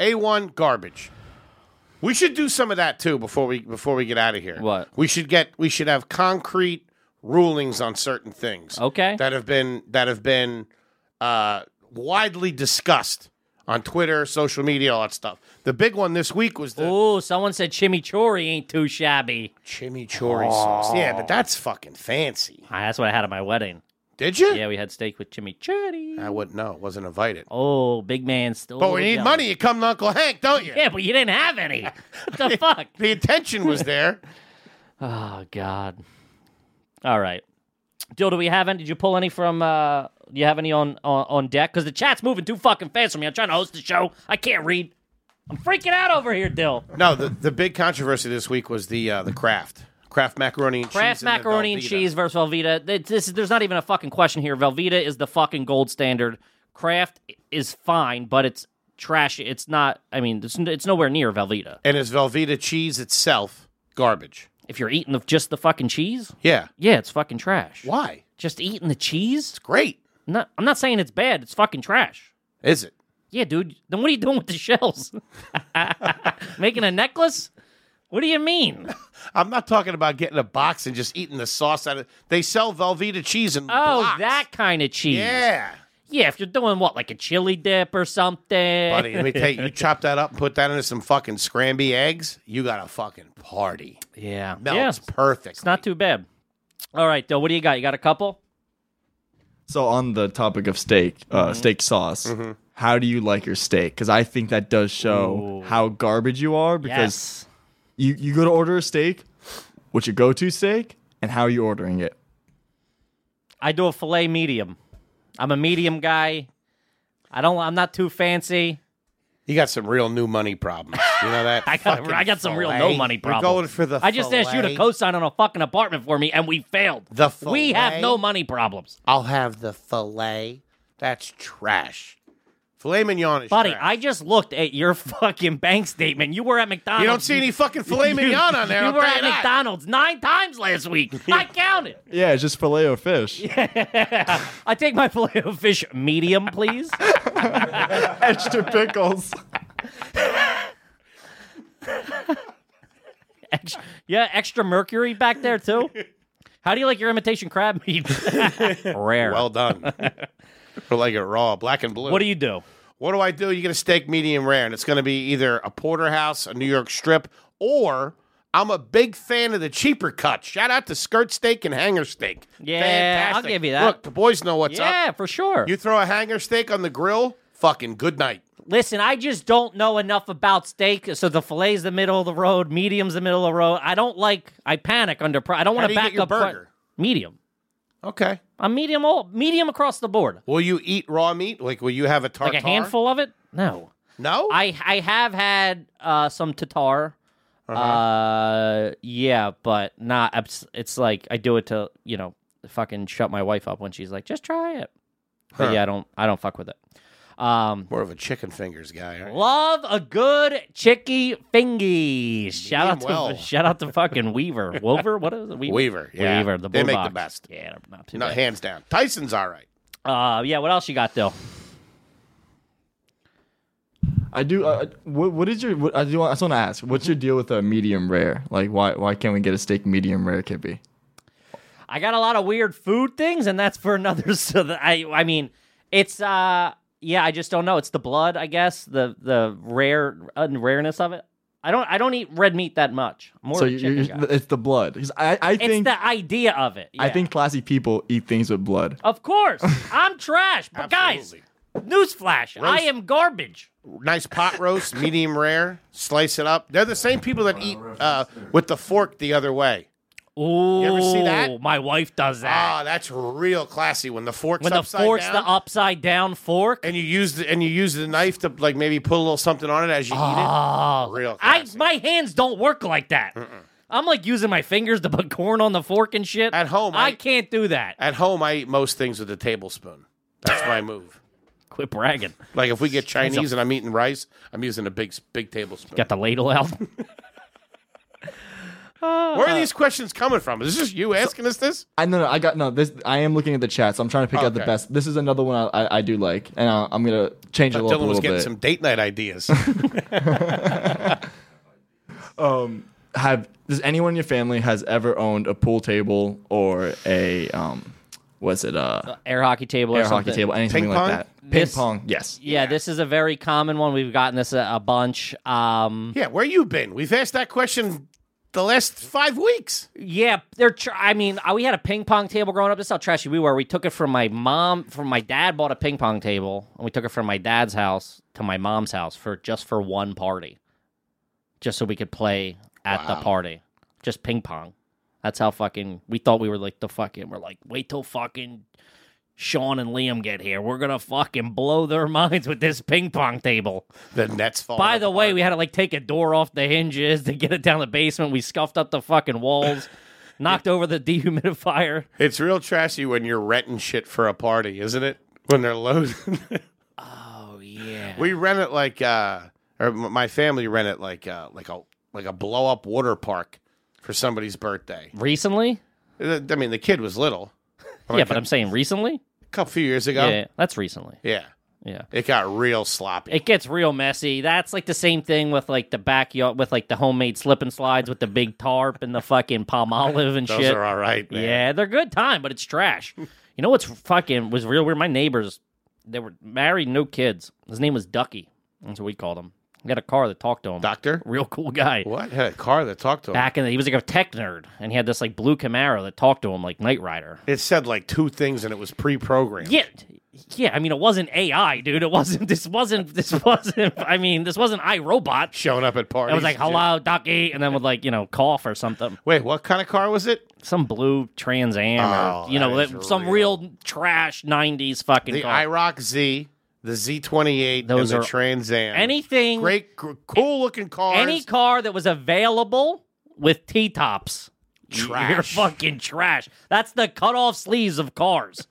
Speaker 1: A1 garbage. We should do some of that too before we before we get out of here.
Speaker 2: What?
Speaker 1: We should get we should have concrete rulings on certain things.
Speaker 2: Okay.
Speaker 1: That have been that have been uh, widely discussed on Twitter, social media, all that stuff. The big one this week was the
Speaker 2: Ooh, someone said chimichurri ain't too shabby.
Speaker 1: chimichurri sauce. Yeah, but that's fucking fancy.
Speaker 2: Ah, that's what I had at my wedding.
Speaker 1: Did you?
Speaker 2: Yeah, we had steak with chimichurri.
Speaker 1: I wouldn't know. Wasn't invited.
Speaker 2: Oh, big man still.
Speaker 1: But we need money. You come to Uncle Hank, don't you?
Speaker 2: Yeah, but you didn't have any. What the fuck?
Speaker 1: The intention was there.
Speaker 2: Oh God. All right, Dill. Do we have any? Did you pull any from? uh Do you have any on on, on deck? Because the chat's moving too fucking fast for me. I'm trying to host the show. I can't read. I'm freaking out over here, Dill.
Speaker 1: No, the, the big controversy this week was the uh, the craft. Kraft macaroni and
Speaker 2: Kraft
Speaker 1: cheese. the
Speaker 2: macaroni and
Speaker 1: Velveeta.
Speaker 2: cheese versus Velveeta. Th- This is, there's not even a fucking question here. Velveeta is the fucking gold standard. Kraft is fine, but it's trash. It's not. I mean, it's, n- it's nowhere near Velveeta.
Speaker 1: And is Velveeta cheese itself garbage?
Speaker 2: If you're eating the, just the fucking cheese,
Speaker 1: Yeah.
Speaker 2: yeah, it's fucking trash.
Speaker 1: Why?
Speaker 2: Just eating the cheese?
Speaker 1: Great.
Speaker 2: I'm not, I'm not saying it's bad. It's fucking trash.
Speaker 1: Is it?
Speaker 2: Yeah, dude. Then what are you doing with the shells? Making a necklace? What do you mean?
Speaker 1: I'm not talking about getting a box and just eating the sauce out of They sell Velveeta cheese in
Speaker 2: Oh,
Speaker 1: blocks.
Speaker 2: that kind of cheese.
Speaker 1: Yeah.
Speaker 2: Yeah, if you're doing what, like a chili dip or something.
Speaker 1: Buddy, let me tell you, you chop that up and put that into some fucking scramby eggs, you got a fucking party.
Speaker 2: Yeah. yeah.
Speaker 1: Melts
Speaker 2: It's
Speaker 1: perfect.
Speaker 2: not too bad. All right, though. What do you got? You got a couple?
Speaker 5: So on the topic of steak, uh, steak sauce, how do you like your steak? Because I think that does show how garbage you are.
Speaker 2: Yes.
Speaker 5: Because you, you go to order a steak, what's your go-to steak, and how are you ordering it?
Speaker 2: I do a filet medium. I'm a medium guy. I don't. I'm not too fancy.
Speaker 1: You got some real new money problems. You know that?
Speaker 2: I got.
Speaker 1: Fucking
Speaker 2: I got some real
Speaker 1: fillet.
Speaker 2: no money
Speaker 1: We're
Speaker 2: problems.
Speaker 1: going for the
Speaker 2: I just asked you to
Speaker 1: fillet.
Speaker 2: co-sign on a fucking apartment for me, and we failed.
Speaker 1: The
Speaker 2: we have
Speaker 1: fillet?
Speaker 2: no money problems,
Speaker 1: I'll have the filet. That's trash. Filet mignon is
Speaker 2: buddy.
Speaker 1: trash.
Speaker 2: I just looked at your fucking bank statement. You were at McDonald's.
Speaker 1: you don't see any fucking filet mignon on there.
Speaker 2: You
Speaker 1: I'll
Speaker 2: were
Speaker 1: tell
Speaker 2: at
Speaker 1: you that.
Speaker 2: McDonald's nine times last week. I counted.
Speaker 5: Yeah, it's just filet o fish.
Speaker 2: I take my filet of fish medium, please.
Speaker 5: Extra pickles.
Speaker 2: Ex- yeah, extra mercury back there too. How do you like your imitation crab meat? Rare.
Speaker 1: Well done. Or like it raw, black and blue.
Speaker 2: what do you do?
Speaker 1: What do I do? You get a steak medium rare, and it's going to be either a porterhouse, a New York strip, or I'm a big fan of the cheaper cut. Shout out to skirt steak and hanger steak.
Speaker 2: Yeah,
Speaker 1: Fantastic.
Speaker 2: I'll give you that.
Speaker 1: Look, the boys know what's
Speaker 2: yeah,
Speaker 1: up.
Speaker 2: for sure.
Speaker 1: You throw a hanger steak on the grill, fucking good night.
Speaker 2: Listen, I just don't know enough about steak, so the filet's the middle of the road, medium's the middle of the road. I don't like. I panic under. Pr- I don't
Speaker 1: How
Speaker 2: want
Speaker 1: do
Speaker 2: to
Speaker 1: you get
Speaker 2: back
Speaker 1: your
Speaker 2: up. pri-
Speaker 1: burger?
Speaker 2: medium.
Speaker 1: Okay.
Speaker 2: I'm medium. All medium across the board.
Speaker 1: Will you eat raw meat? Like, will you have a tartar?
Speaker 2: Like a handful of it. No.
Speaker 1: No?
Speaker 2: I I have had uh, some tatar. uh
Speaker 1: Uh-huh.
Speaker 2: yeah, but not. abs- It's like I do it to you know fucking shut my wife up when she's like, just try it. But yeah, I don't I don't fuck with it. Um,
Speaker 1: More of a chicken fingers guy. Aren't you?
Speaker 2: love a good chicky fingy. Shout out to
Speaker 1: Medium well.
Speaker 2: shout out to fucking Weaver Wilver. What is it? Weaver.
Speaker 1: Weaver, yeah.
Speaker 2: Weaver. The
Speaker 1: They make the
Speaker 2: Bulldogs.
Speaker 1: best.
Speaker 2: Yeah, they're not too
Speaker 1: No,
Speaker 2: bad.
Speaker 1: hands down. Tyson's all right.
Speaker 2: Uh, yeah. What else you got though?
Speaker 5: I do. Uh, what, what is your? What, I do. I just want to ask. What's your deal with a medium rare? Like, why why can't we get a steak medium rare, Kippy?
Speaker 2: I got a lot of weird food things, and that's for another. So that I, I mean, it's uh, yeah, I just don't know. It's the blood, I guess, the the rare uh, rareness of it. I don't, I don't eat red meat that much. I'm More
Speaker 5: So
Speaker 2: of a
Speaker 5: you're,
Speaker 2: chicken
Speaker 5: you're,
Speaker 2: guy.
Speaker 5: it's the blood. 'Cause I I
Speaker 2: It's
Speaker 5: think
Speaker 2: the idea of it.
Speaker 5: I
Speaker 2: yeah.
Speaker 5: think classy people eat things with blood.
Speaker 2: of course, I'm trash, but guys,
Speaker 1: Absolutely.
Speaker 2: newsflash, I am garbage.
Speaker 1: nice pot roast, medium rare, slice it up. They're the same people that eat uh, with the fork the other way.
Speaker 2: Ooh,
Speaker 1: ever see that?
Speaker 2: My wife does that.
Speaker 1: Ah, that's real classy when the fork's
Speaker 2: when the
Speaker 1: upside
Speaker 2: fork's
Speaker 1: down.
Speaker 2: the upside down fork.
Speaker 1: and you use the, and you use the knife to like maybe put a little something on it as you eat it. Real
Speaker 2: Ah. I
Speaker 1: classy.
Speaker 2: my hands don't work like that. I'm like using my fingers to put corn on the fork and shit.
Speaker 1: At home,
Speaker 2: I,
Speaker 1: I-
Speaker 2: can't do that.
Speaker 1: At home, I eat most things with a tablespoon. That's my move.
Speaker 2: Quit bragging.
Speaker 1: Like if we get Chinese and I'm eating rice, I'm using a big big tablespoon.
Speaker 2: Got the ladle out.
Speaker 1: Where are these questions coming from? Is this you asking us this?
Speaker 5: I no no I got no this I am looking at the chat, so I'm trying to pick out the
Speaker 1: Okay.
Speaker 5: best. This is another one I, I, I do like, and I, I'm gonna change it up a
Speaker 1: Uh, Dylan
Speaker 5: little
Speaker 1: was getting
Speaker 5: bit.
Speaker 1: some date night ideas.
Speaker 5: Have does anyone in your family has ever owned a pool table or a um was it uh
Speaker 2: Air hockey table or
Speaker 5: air
Speaker 2: something.
Speaker 5: hockey table anything
Speaker 1: Ping
Speaker 5: like
Speaker 1: pong?
Speaker 5: that? Ping
Speaker 2: This-
Speaker 5: pong, yes.
Speaker 2: Yeah, this is a very common one. We've gotten this a, a bunch. Um,
Speaker 1: yeah, where you been? We've asked that question the last five weeks.
Speaker 2: yeah, they're. Tr- I mean, uh, we had a ping pong table growing up. This is how trashy we were. We took it from my mom. From my dad bought a ping pong table, and we took it from my dad's house to my mom's house for just for one party, just so we could play at the party, just ping pong. That's how fucking we thought we were like the fucking. We're like, wait till fucking Sean and Liam get here. We're gonna fucking blow their minds with this ping pong table.
Speaker 1: The nets fall.
Speaker 2: By the way, we had to like take a door off the hinges to get it down the basement. We scuffed up the fucking walls. knocked over the dehumidifier.
Speaker 1: It's real trashy when you're renting shit for a party, isn't it? When they're loading.
Speaker 2: Oh yeah.
Speaker 1: we rent it like uh or m- my family rent it like uh like a like a blow up water park for somebody's birthday.
Speaker 2: Recently?
Speaker 1: Uh, I mean, the kid was little.
Speaker 2: yeah, but I'm saying recently.
Speaker 1: a couple few years ago.
Speaker 2: Yeah, yeah, that's recently.
Speaker 1: Yeah.
Speaker 2: Yeah.
Speaker 1: It got real sloppy.
Speaker 2: It gets real messy. That's like the same thing with like the backyard with like the homemade slip and slides with the big tarp and the fucking palm olive and
Speaker 1: Those
Speaker 2: shit.
Speaker 1: are all right, man.
Speaker 2: Yeah, they're good time, but it's trash. you know what's fucking was real weird? My neighbors, they were married, no kids. His name was Ducky. That's what we called him. He had a car that talked to him.
Speaker 1: Doctor?
Speaker 2: real cool guy.
Speaker 1: What? Had a car that talked to him.
Speaker 2: Back in the, he was like a tech nerd, and he had this like blue Camaro that talked to him like Knight Rider.
Speaker 1: It said like two things and it was pre programmed.
Speaker 2: Yeah, yeah. I mean, it wasn't AI, dude. It wasn't. This wasn't. This wasn't. I mean, this wasn't iRobot.
Speaker 1: Showing up at parties.
Speaker 2: It was like
Speaker 1: and shit.
Speaker 2: hello, Ducky, and then would like you know cough or something.
Speaker 1: Wait, what kind of car was it?
Speaker 2: Some blue Trans Am,
Speaker 1: Oh,
Speaker 2: or, you know,
Speaker 1: that is
Speaker 2: like, some real. trash '90s fucking
Speaker 1: The
Speaker 2: car.
Speaker 1: IROC Z, the Z28,
Speaker 2: Those
Speaker 1: and the
Speaker 2: are-
Speaker 1: Trans Am.
Speaker 2: anything
Speaker 1: great, gr- cool looking cars.
Speaker 2: any car that was available with T tops. You're
Speaker 1: Trash.
Speaker 2: fucking trash. That's the cut off sleeves of cars.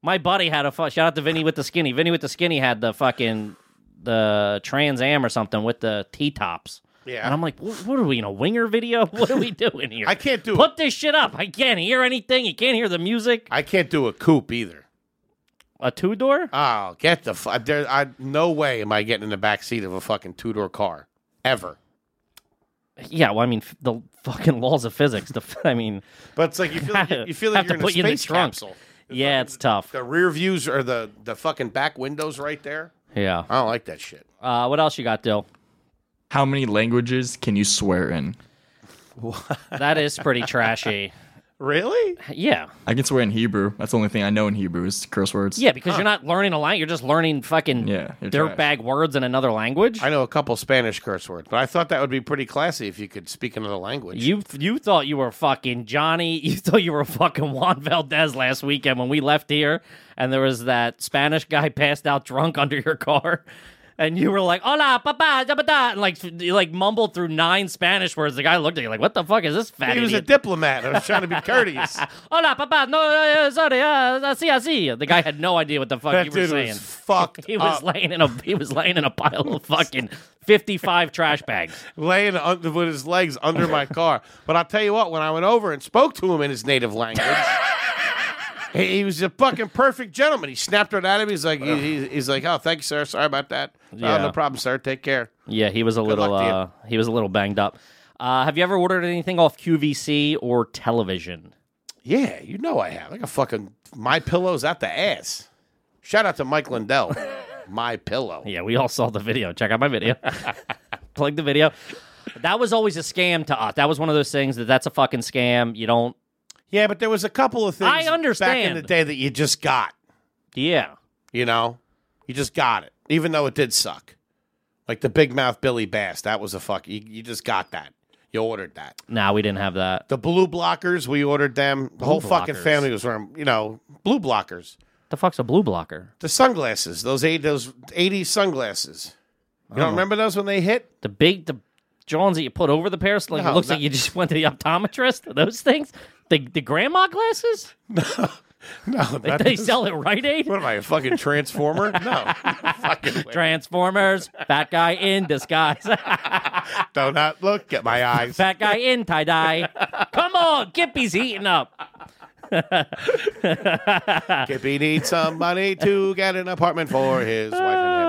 Speaker 2: My buddy had a fu- shout out to Vinny with the skinny. Vinny with the skinny had the fucking the Trans Am or something with the T tops.
Speaker 1: Yeah.
Speaker 2: And I'm like, what, what are we in a winger video? What are we doing here?
Speaker 1: I can't do it.
Speaker 2: Put this shit up. I can't hear anything. You can't hear the music.
Speaker 1: I can't do a coupe either.
Speaker 2: A two door?
Speaker 1: Oh, get the fuck! There, I no way am I getting in the back seat of a fucking two door car ever.
Speaker 2: Yeah. Well, I mean, f- the fucking laws of physics. The f- I mean,
Speaker 1: But it's like you feel like you, you feel
Speaker 2: Have
Speaker 1: like
Speaker 2: to
Speaker 1: you're in a
Speaker 2: put you in the
Speaker 1: space
Speaker 2: trunk.
Speaker 1: capsule.
Speaker 2: yeah, it's tough.
Speaker 1: The rear views or the the fucking back windows right there.
Speaker 2: Yeah.
Speaker 1: I don't like that shit.
Speaker 2: Uh, what else you got, Dill?
Speaker 5: How many languages can you swear in?
Speaker 2: That is pretty trashy.
Speaker 1: Really?
Speaker 2: Yeah.
Speaker 5: I can swear in Hebrew. That's the only thing I know in Hebrew is curse words.
Speaker 2: Yeah, because you're not learning a language. You're just learning fucking
Speaker 5: Yeah, you're
Speaker 2: dirtbag words in another language.
Speaker 1: I know a couple Spanish curse words, but I thought that would be pretty classy if you could speak another language.
Speaker 2: you you thought you were fucking Johnny. You thought you were fucking Juan Valdez last weekend when we left here and there was that Spanish guy passed out drunk under your car. And you were like, hola, papa, da, ba, da," and like, you like mumbled through nine Spanish words. The guy looked at you like, what the fuck is this fat
Speaker 1: he was a
Speaker 2: idiot?
Speaker 1: diplomat. I was trying to be courteous.
Speaker 2: hola, papa, no, uh, sorry, uh, así, así. The guy had no idea what the fuck
Speaker 1: that
Speaker 2: you were
Speaker 1: dude
Speaker 2: saying.
Speaker 1: was fucked
Speaker 2: He was
Speaker 1: up,
Speaker 2: laying in a he was laying in a pile of fucking fifty five trash bags.
Speaker 1: laying under, with his legs under my car. But I'll tell you what, when I went over and spoke to him in his native language, he, he was a fucking perfect gentleman. He snapped right at him. He's like, he, he- he's like, oh, thank you, sir. Sorry about that. Oh,
Speaker 2: Yeah.
Speaker 1: no problem, sir. Take care.
Speaker 2: Yeah, he was a little
Speaker 1: luck to you.
Speaker 2: uh, he was a little banged up. Uh, have you ever ordered anything off QVC or television?
Speaker 1: Yeah, you know I have. Like a fucking my pillows out the ass. Shout out to Mike Lindell. my pillow.
Speaker 2: Yeah, we all saw the video. Check out my video. Plug the video. That was always a scam to us. That was one of those things that that's a fucking scam. You don't.
Speaker 1: Yeah, but there was a couple of things
Speaker 2: I
Speaker 1: back in
Speaker 2: understand.
Speaker 1: the day that you just got.
Speaker 2: Yeah.
Speaker 1: You know, you just got it, even though it did suck. Like the big mouth Billy Bass, that was a fuck. You, you just got that. You ordered that.
Speaker 2: Nah, we didn't have that.
Speaker 1: The blue blockers, we ordered them. The whole fucking
Speaker 2: blockers.
Speaker 1: family was wearing, you know, blue blockers.
Speaker 2: The fuck's a blue blocker?
Speaker 1: The sunglasses, those eight, those eighties sunglasses. You don't remember those when they hit?
Speaker 2: The big the Johns that you put over the pair, so like
Speaker 1: No,
Speaker 2: it looks
Speaker 1: not-
Speaker 2: like you just went to the optometrist. Those things. The the grandma glasses.
Speaker 1: No,
Speaker 2: Like,
Speaker 1: not
Speaker 2: they
Speaker 1: those.
Speaker 2: sell it right Aid.
Speaker 1: What am I, a fucking transformer? no, fucking way.
Speaker 2: Transformers, fat guy in disguise,
Speaker 1: do not look at my eyes.
Speaker 2: fat guy in tie dye. Come on, Gippy's heating up.
Speaker 1: Kippy needs some money to get an apartment for his wife and him.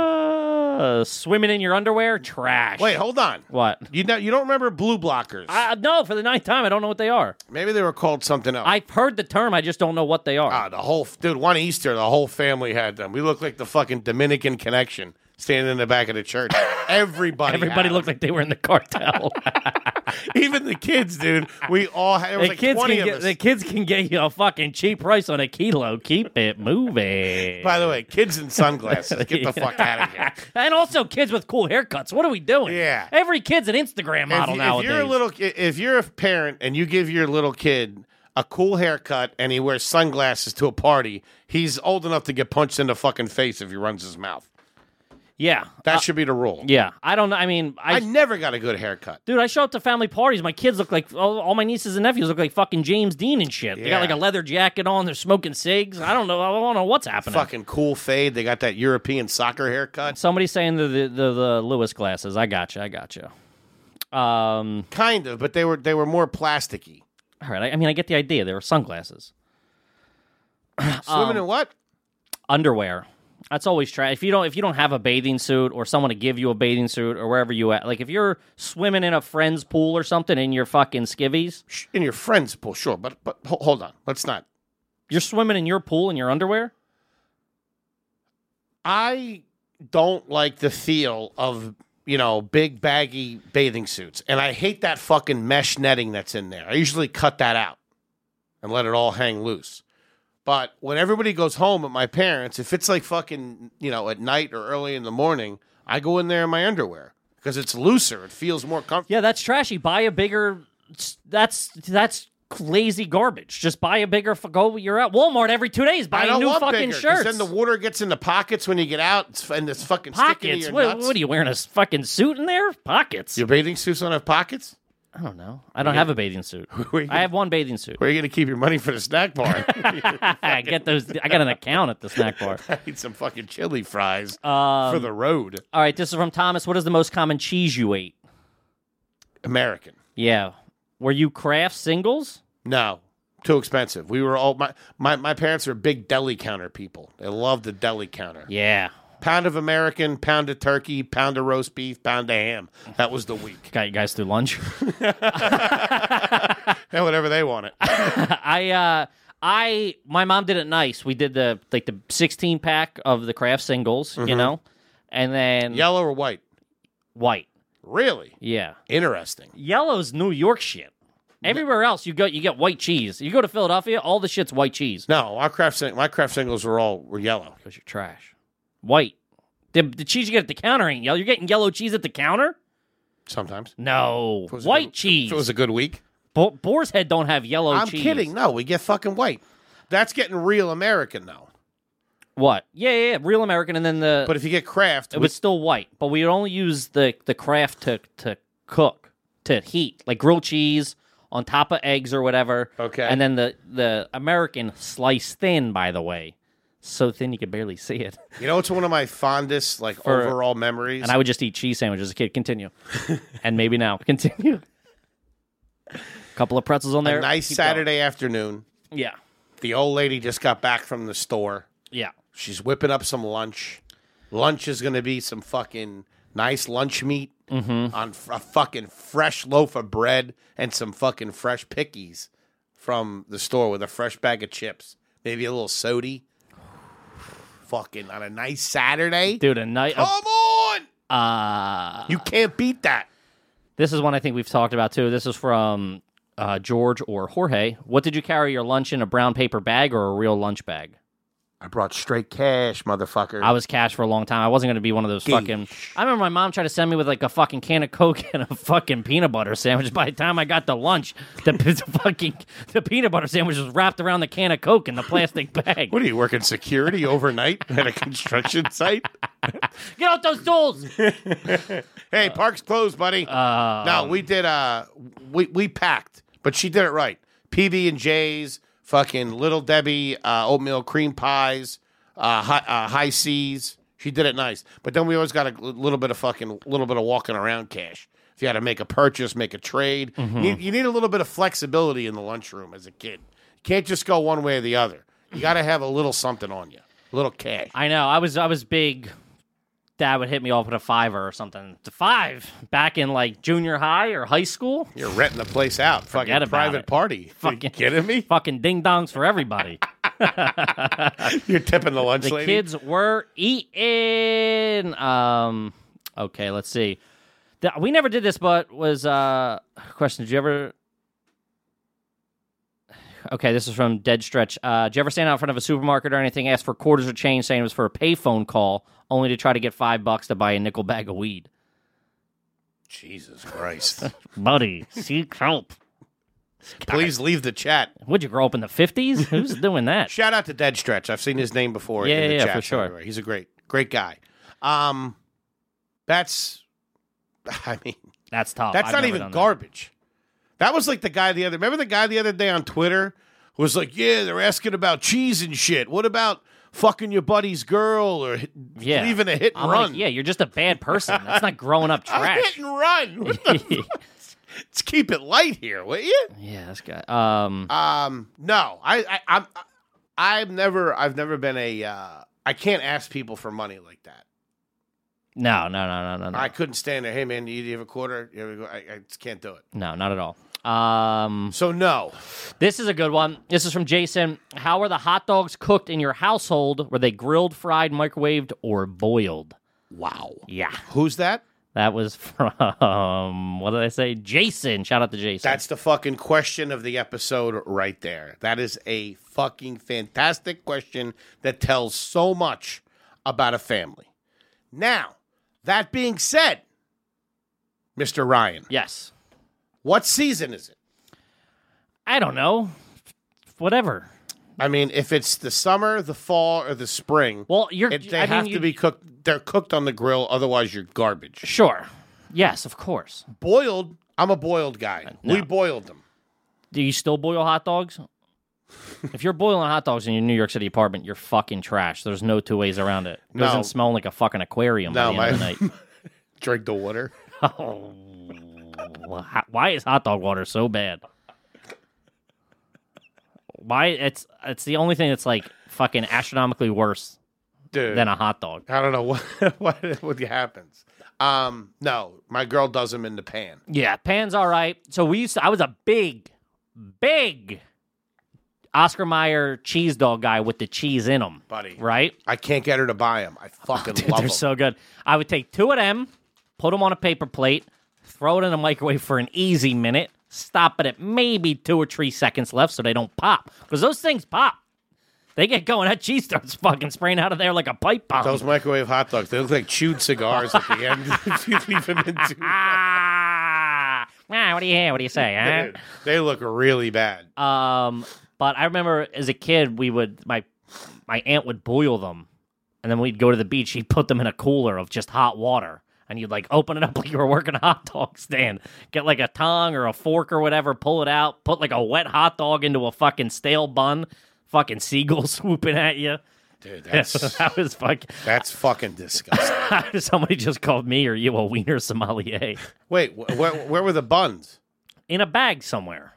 Speaker 2: Uh, swimming in your underwear, trash.
Speaker 1: Wait, hold on.
Speaker 2: what?
Speaker 1: You know, you don't remember blue blockers?
Speaker 2: Uh, no, for the ninth time, I don't know what they are.
Speaker 1: Maybe they were called something else.
Speaker 2: I've heard the term, I just don't know what they are.
Speaker 1: Ah, the whole dude. One Easter, the whole family had them. We looked like the fucking Dominican Connection standing in the back of the church. Everybody,
Speaker 2: Everybody
Speaker 1: had
Speaker 2: looked
Speaker 1: them.
Speaker 2: like they were in the cartel.
Speaker 1: even the kids, dude. We all had. It was
Speaker 2: the
Speaker 1: like
Speaker 2: kids
Speaker 1: twenty
Speaker 2: can
Speaker 1: of
Speaker 2: get
Speaker 1: us.
Speaker 2: the kids can get you a fucking cheap price on a kilo. Keep it moving.
Speaker 1: By the way, kids in sunglasses. Get the fuck out of here.
Speaker 2: and also kids with cool haircuts. What are we doing?
Speaker 1: Yeah.
Speaker 2: Every kid's an Instagram model
Speaker 1: if, if
Speaker 2: nowadays.
Speaker 1: you're a little, ki- if you're a parent and you give your little kid a cool haircut and he wears sunglasses to a party, he's old enough to get punched in the fucking face if he runs his mouth.
Speaker 2: Yeah.
Speaker 1: That should be the rule.
Speaker 2: Uh, Yeah. I don't know. I mean, I,
Speaker 1: I never got a good haircut.
Speaker 2: dude, I show up to family parties. My kids look like all, all my nieces and nephews look like fucking James Dean and shit. They
Speaker 1: Yeah.
Speaker 2: got like a leather jacket on. They're smoking cigs. I don't know. I don't know what's happening.
Speaker 1: Fucking cool fade. They got that European soccer haircut.
Speaker 2: Somebody's saying the the, the the Lewis glasses. I got you. I got you. Um.
Speaker 1: Kind of, but they were they were more plasticky.
Speaker 2: All right. I, I mean, I get the idea. They were sunglasses, Um,
Speaker 1: Swimming in what?
Speaker 2: underwear. That's always trash. If you don't, if you don't have a bathing suit or someone to give you a bathing suit or wherever you at, like if you're swimming in a friend's pool or something in your fucking skivvies,
Speaker 1: Sh- In your friend's pool, sure, but but ho- hold on. Let's not.
Speaker 2: you're swimming in your pool in your underwear.
Speaker 1: I don't like the feel of you know big baggy bathing suits, and I hate that fucking mesh netting that's in there. I usually cut that out and let it all hang loose. But when everybody goes home at my parents, if it's like fucking you know at night or early in the morning, I go in there in my underwear because it's looser. It feels more comfortable.
Speaker 2: Yeah, that's trashy. Buy a bigger. That's that's lazy garbage. Just buy a bigger. f- Go. You're at Walmart every two days. Buy
Speaker 1: I
Speaker 2: a
Speaker 1: don't
Speaker 2: new
Speaker 1: want
Speaker 2: fucking
Speaker 1: bigger, 'cause
Speaker 2: shirts.
Speaker 1: Then the water gets in the pockets when you get out, it's- and it's fucking sticking to
Speaker 2: pockets.
Speaker 1: your
Speaker 2: What,
Speaker 1: nuts.
Speaker 2: what are you wearing? A s- fucking suit in there? Pockets.
Speaker 1: Your bathing suits don't have pockets.
Speaker 2: I don't know. I don't have a bathing suit.
Speaker 1: Where you
Speaker 2: I have one bathing suit.
Speaker 1: Where are you going to keep your money for the snack bar?
Speaker 2: I get those. I got an account at the snack bar.
Speaker 1: I need some fucking chili fries
Speaker 2: Um,
Speaker 1: for the road.
Speaker 2: all right, this is from Thomas. What is the most common cheese you ate?
Speaker 1: American.
Speaker 2: Yeah, were you Kraft singles?
Speaker 1: No, too expensive. We were all my, my my parents are big deli counter people. They love the deli counter.
Speaker 2: Yeah,
Speaker 1: Pound of American, pound of turkey, pound of roast beef, pound of ham. That was the week.
Speaker 2: got you guys through lunch.
Speaker 1: and whatever they want it.
Speaker 2: I uh I my mom did it nice. We did the like the 16 pack of the craft singles,
Speaker 1: Mm-hmm.
Speaker 2: you know. And then
Speaker 1: Yellow or white?
Speaker 2: white.
Speaker 1: Really
Speaker 2: Yeah.
Speaker 1: interesting.
Speaker 2: Yellow's New York shit. Everywhere else you go you get white cheese. You go to Philadelphia, all the shit's white cheese.
Speaker 1: No, our craft sing- my craft singles were all were yellow.
Speaker 2: Cuz you're trash. White. The, the cheese you get at the counter ain't yellow. You're getting yellow cheese at the counter?
Speaker 1: Sometimes
Speaker 2: No.
Speaker 1: was a
Speaker 2: White
Speaker 1: good-
Speaker 2: cheese.
Speaker 1: if it was a good week.
Speaker 2: Bo- Boar's Head don't have yellow
Speaker 1: I'm
Speaker 2: Oh, cheese.
Speaker 1: kidding. No, we get fucking white. That's getting real American though.
Speaker 2: What? Yeah, yeah, yeah, real American and then the
Speaker 1: But if you get craft,
Speaker 2: It was still white, but we would only use the the craft to to cook to heat like grilled cheese on top of eggs or whatever.
Speaker 1: Okay.
Speaker 2: and then the the American sliced thin, by the way, so thin you could barely see it.
Speaker 1: You know, it's one of my fondest, like
Speaker 2: For-
Speaker 1: overall memories.
Speaker 2: And I would just eat cheese sandwiches as a kid. Continue, and maybe now continue. Couple of pretzels on there.
Speaker 1: a nice
Speaker 2: Keep
Speaker 1: Saturday afternoon.
Speaker 2: going. Yeah,
Speaker 1: The old lady just got back from the store.
Speaker 2: yeah.
Speaker 1: She's whipping up some lunch. Lunch is going to be some fucking nice lunch meat
Speaker 2: Mm-hmm.
Speaker 1: on f- a fucking fresh loaf of bread and some fucking fresh pickies from the store with a fresh bag of chips, maybe a little sody. Fucking on a nice Saturday.
Speaker 2: Dude, a night.
Speaker 1: Come on!
Speaker 2: Uh,
Speaker 1: You can't beat that.
Speaker 2: This is one I think we've talked about too. This is from uh, George or Jorge. What did you carry your lunch in a brown paper bag or a real lunch bag?
Speaker 1: I brought straight cash, motherfucker.
Speaker 2: I was cash for a long time. I wasn't going to be one of those fucking. I remember my mom tried to send me with like a fucking can of Coke and a fucking peanut butter sandwich. By the time I got to lunch, the, the fucking the peanut butter sandwich was wrapped around the can of Coke in the plastic bag.
Speaker 1: What are you working security overnight at a construction site?
Speaker 2: Get out those tools.
Speaker 1: Hey, park's closed, buddy. no, we did. Uh, we we packed, but she did it right. PB and J's, fucking Little Debbie, uh, oatmeal cream pies, uh, high, uh, high C's. She did it nice, but then we always got a l- little bit of fucking little bit of walking around cash. If you had to make a purchase, make a trade, you, need, you need a little bit of flexibility in the lunchroom as a kid. You can't just go one way or the other. You got to have a little something on you, a little cash.
Speaker 2: I know. I was I was big. Dad would hit me off with a fiver or something. The five back in like junior high or high school.
Speaker 1: You're renting the place out.
Speaker 2: Forget
Speaker 1: Fucking
Speaker 2: about
Speaker 1: private
Speaker 2: it.
Speaker 1: party.
Speaker 2: Fucking-
Speaker 1: you kidding me?
Speaker 2: fucking ding dongs for everybody.
Speaker 1: You're tipping the lunch
Speaker 2: The
Speaker 1: lady.
Speaker 2: kids were eating. Um, okay, let's see. Th- we never did this, but was uh, question? Did you ever? Okay, this is from Dead Stretch. Uh, did you ever stand out in front of a supermarket or anything, ask for quarters or change, saying it was for a payphone call, only to try to get five bucks to buy a nickel bag of weed?
Speaker 1: Jesus Christ.
Speaker 2: Buddy, seek help.
Speaker 1: Please leave the chat.
Speaker 2: Would you grow up in the fifties? Who's doing that?
Speaker 1: Shout out to Dead Stretch. I've seen his name before
Speaker 2: Yeah,
Speaker 1: in the
Speaker 2: yeah,
Speaker 1: chat
Speaker 2: for sure.
Speaker 1: everywhere. He's a great, great guy. Um, That's, I mean,
Speaker 2: That's tough.
Speaker 1: that's
Speaker 2: Oh, I've
Speaker 1: not
Speaker 2: never
Speaker 1: even
Speaker 2: done that.
Speaker 1: garbage. That. was like the guy the other. Remember the guy the other day on Twitter who was like, "Yeah, they're asking about cheese and shit. What about fucking your buddy's girl or hit-
Speaker 2: Yeah.
Speaker 1: leaving a hit and
Speaker 2: I'm
Speaker 1: run?
Speaker 2: like, yeah, you're just a bad person. That's not growing up
Speaker 1: A hit
Speaker 2: trash.
Speaker 1: and run. What the fuck? Let's keep it light here, will you?
Speaker 2: yeah, this guy. Um,
Speaker 1: Um, no, I, I, I'm, I've never, I've never been a. Uh, I can't ask people for money like that.
Speaker 2: no, no, no, no, no, no,
Speaker 1: I couldn't stand there. Hey man, do you have a quarter? You have a qu-" I, I just can't do it.
Speaker 2: no, not at all. Um,
Speaker 1: So no,
Speaker 2: This is a good one. This is from Jason. How are the hot dogs cooked in your household? Were they grilled, fried, microwaved, or boiled? Wow. Yeah.
Speaker 1: who's that?
Speaker 2: That was from, what did I say? Jason. Shout out to Jason.
Speaker 1: That's the fucking question of the episode right there. That is a fucking fantastic question that tells so much about a family. Now, that being said, Mr. Ryan,
Speaker 2: yes.
Speaker 1: what season is it?
Speaker 2: I don't know. Whatever.
Speaker 1: I mean, if it's the summer, the fall, or the spring,
Speaker 2: Well, you're,
Speaker 1: it, they
Speaker 2: I mean,
Speaker 1: have
Speaker 2: you-
Speaker 1: to be cooked. They're cooked on the grill, otherwise you're garbage.
Speaker 2: Sure. Yes, of course.
Speaker 1: Boiled. I'm a boiled guy. We boiled them.
Speaker 2: Do you still boil hot dogs? if you're boiling hot dogs in your New York City apartment, you're fucking trash. There's no two ways around it. It
Speaker 1: No.
Speaker 2: doesn't smell like a fucking aquarium
Speaker 1: No,
Speaker 2: by the end of the
Speaker 1: my-
Speaker 2: night.
Speaker 1: Drink the water.
Speaker 2: Oh, wh- why is hot dog water so bad? Why it's it's the only thing that's like fucking astronomically worse
Speaker 1: Dude.
Speaker 2: than a hot dog.
Speaker 1: I don't know what what what happens. Um, no, my girl does them in the pan.
Speaker 2: Yeah, pan's all right. So we used to, I was a big, big Oscar Mayer cheese dog guy with the cheese in them,
Speaker 1: Buddy.
Speaker 2: Right?
Speaker 1: I can't get her to buy them. I fucking
Speaker 2: Oh, Dude,
Speaker 1: love
Speaker 2: they're
Speaker 1: them.
Speaker 2: so good. I would take two of them, put them on a paper plate, throw it in the microwave for an easy minute, stop it at maybe two or three seconds left so they don't pop. Because those things pop. They get going. That cheese starts fucking spraying out of there like a pipe bomb.
Speaker 1: Those microwave hot dogs. They look like chewed cigars at the end. if you leave them in too long.
Speaker 2: ah, Ah, what do you hear? What do you say? huh?
Speaker 1: Dude, They look really bad.
Speaker 2: Um, but I remember as a kid, we would my my aunt would boil them, and then we'd go to the beach. She'd put them in a cooler of just hot water, and you'd like open it up like you were working a hot dog stand. Get like a tongue or a fork or whatever, pull it out, put like a wet hot dog into a fucking stale bun. Fucking seagull swooping at you.
Speaker 1: Dude, that's
Speaker 2: that was fucking.
Speaker 1: that's fucking disgusting.
Speaker 2: Somebody just called me or you a wiener sommelier
Speaker 1: Wait, wh- where, where were the buns?
Speaker 2: in a bag somewhere.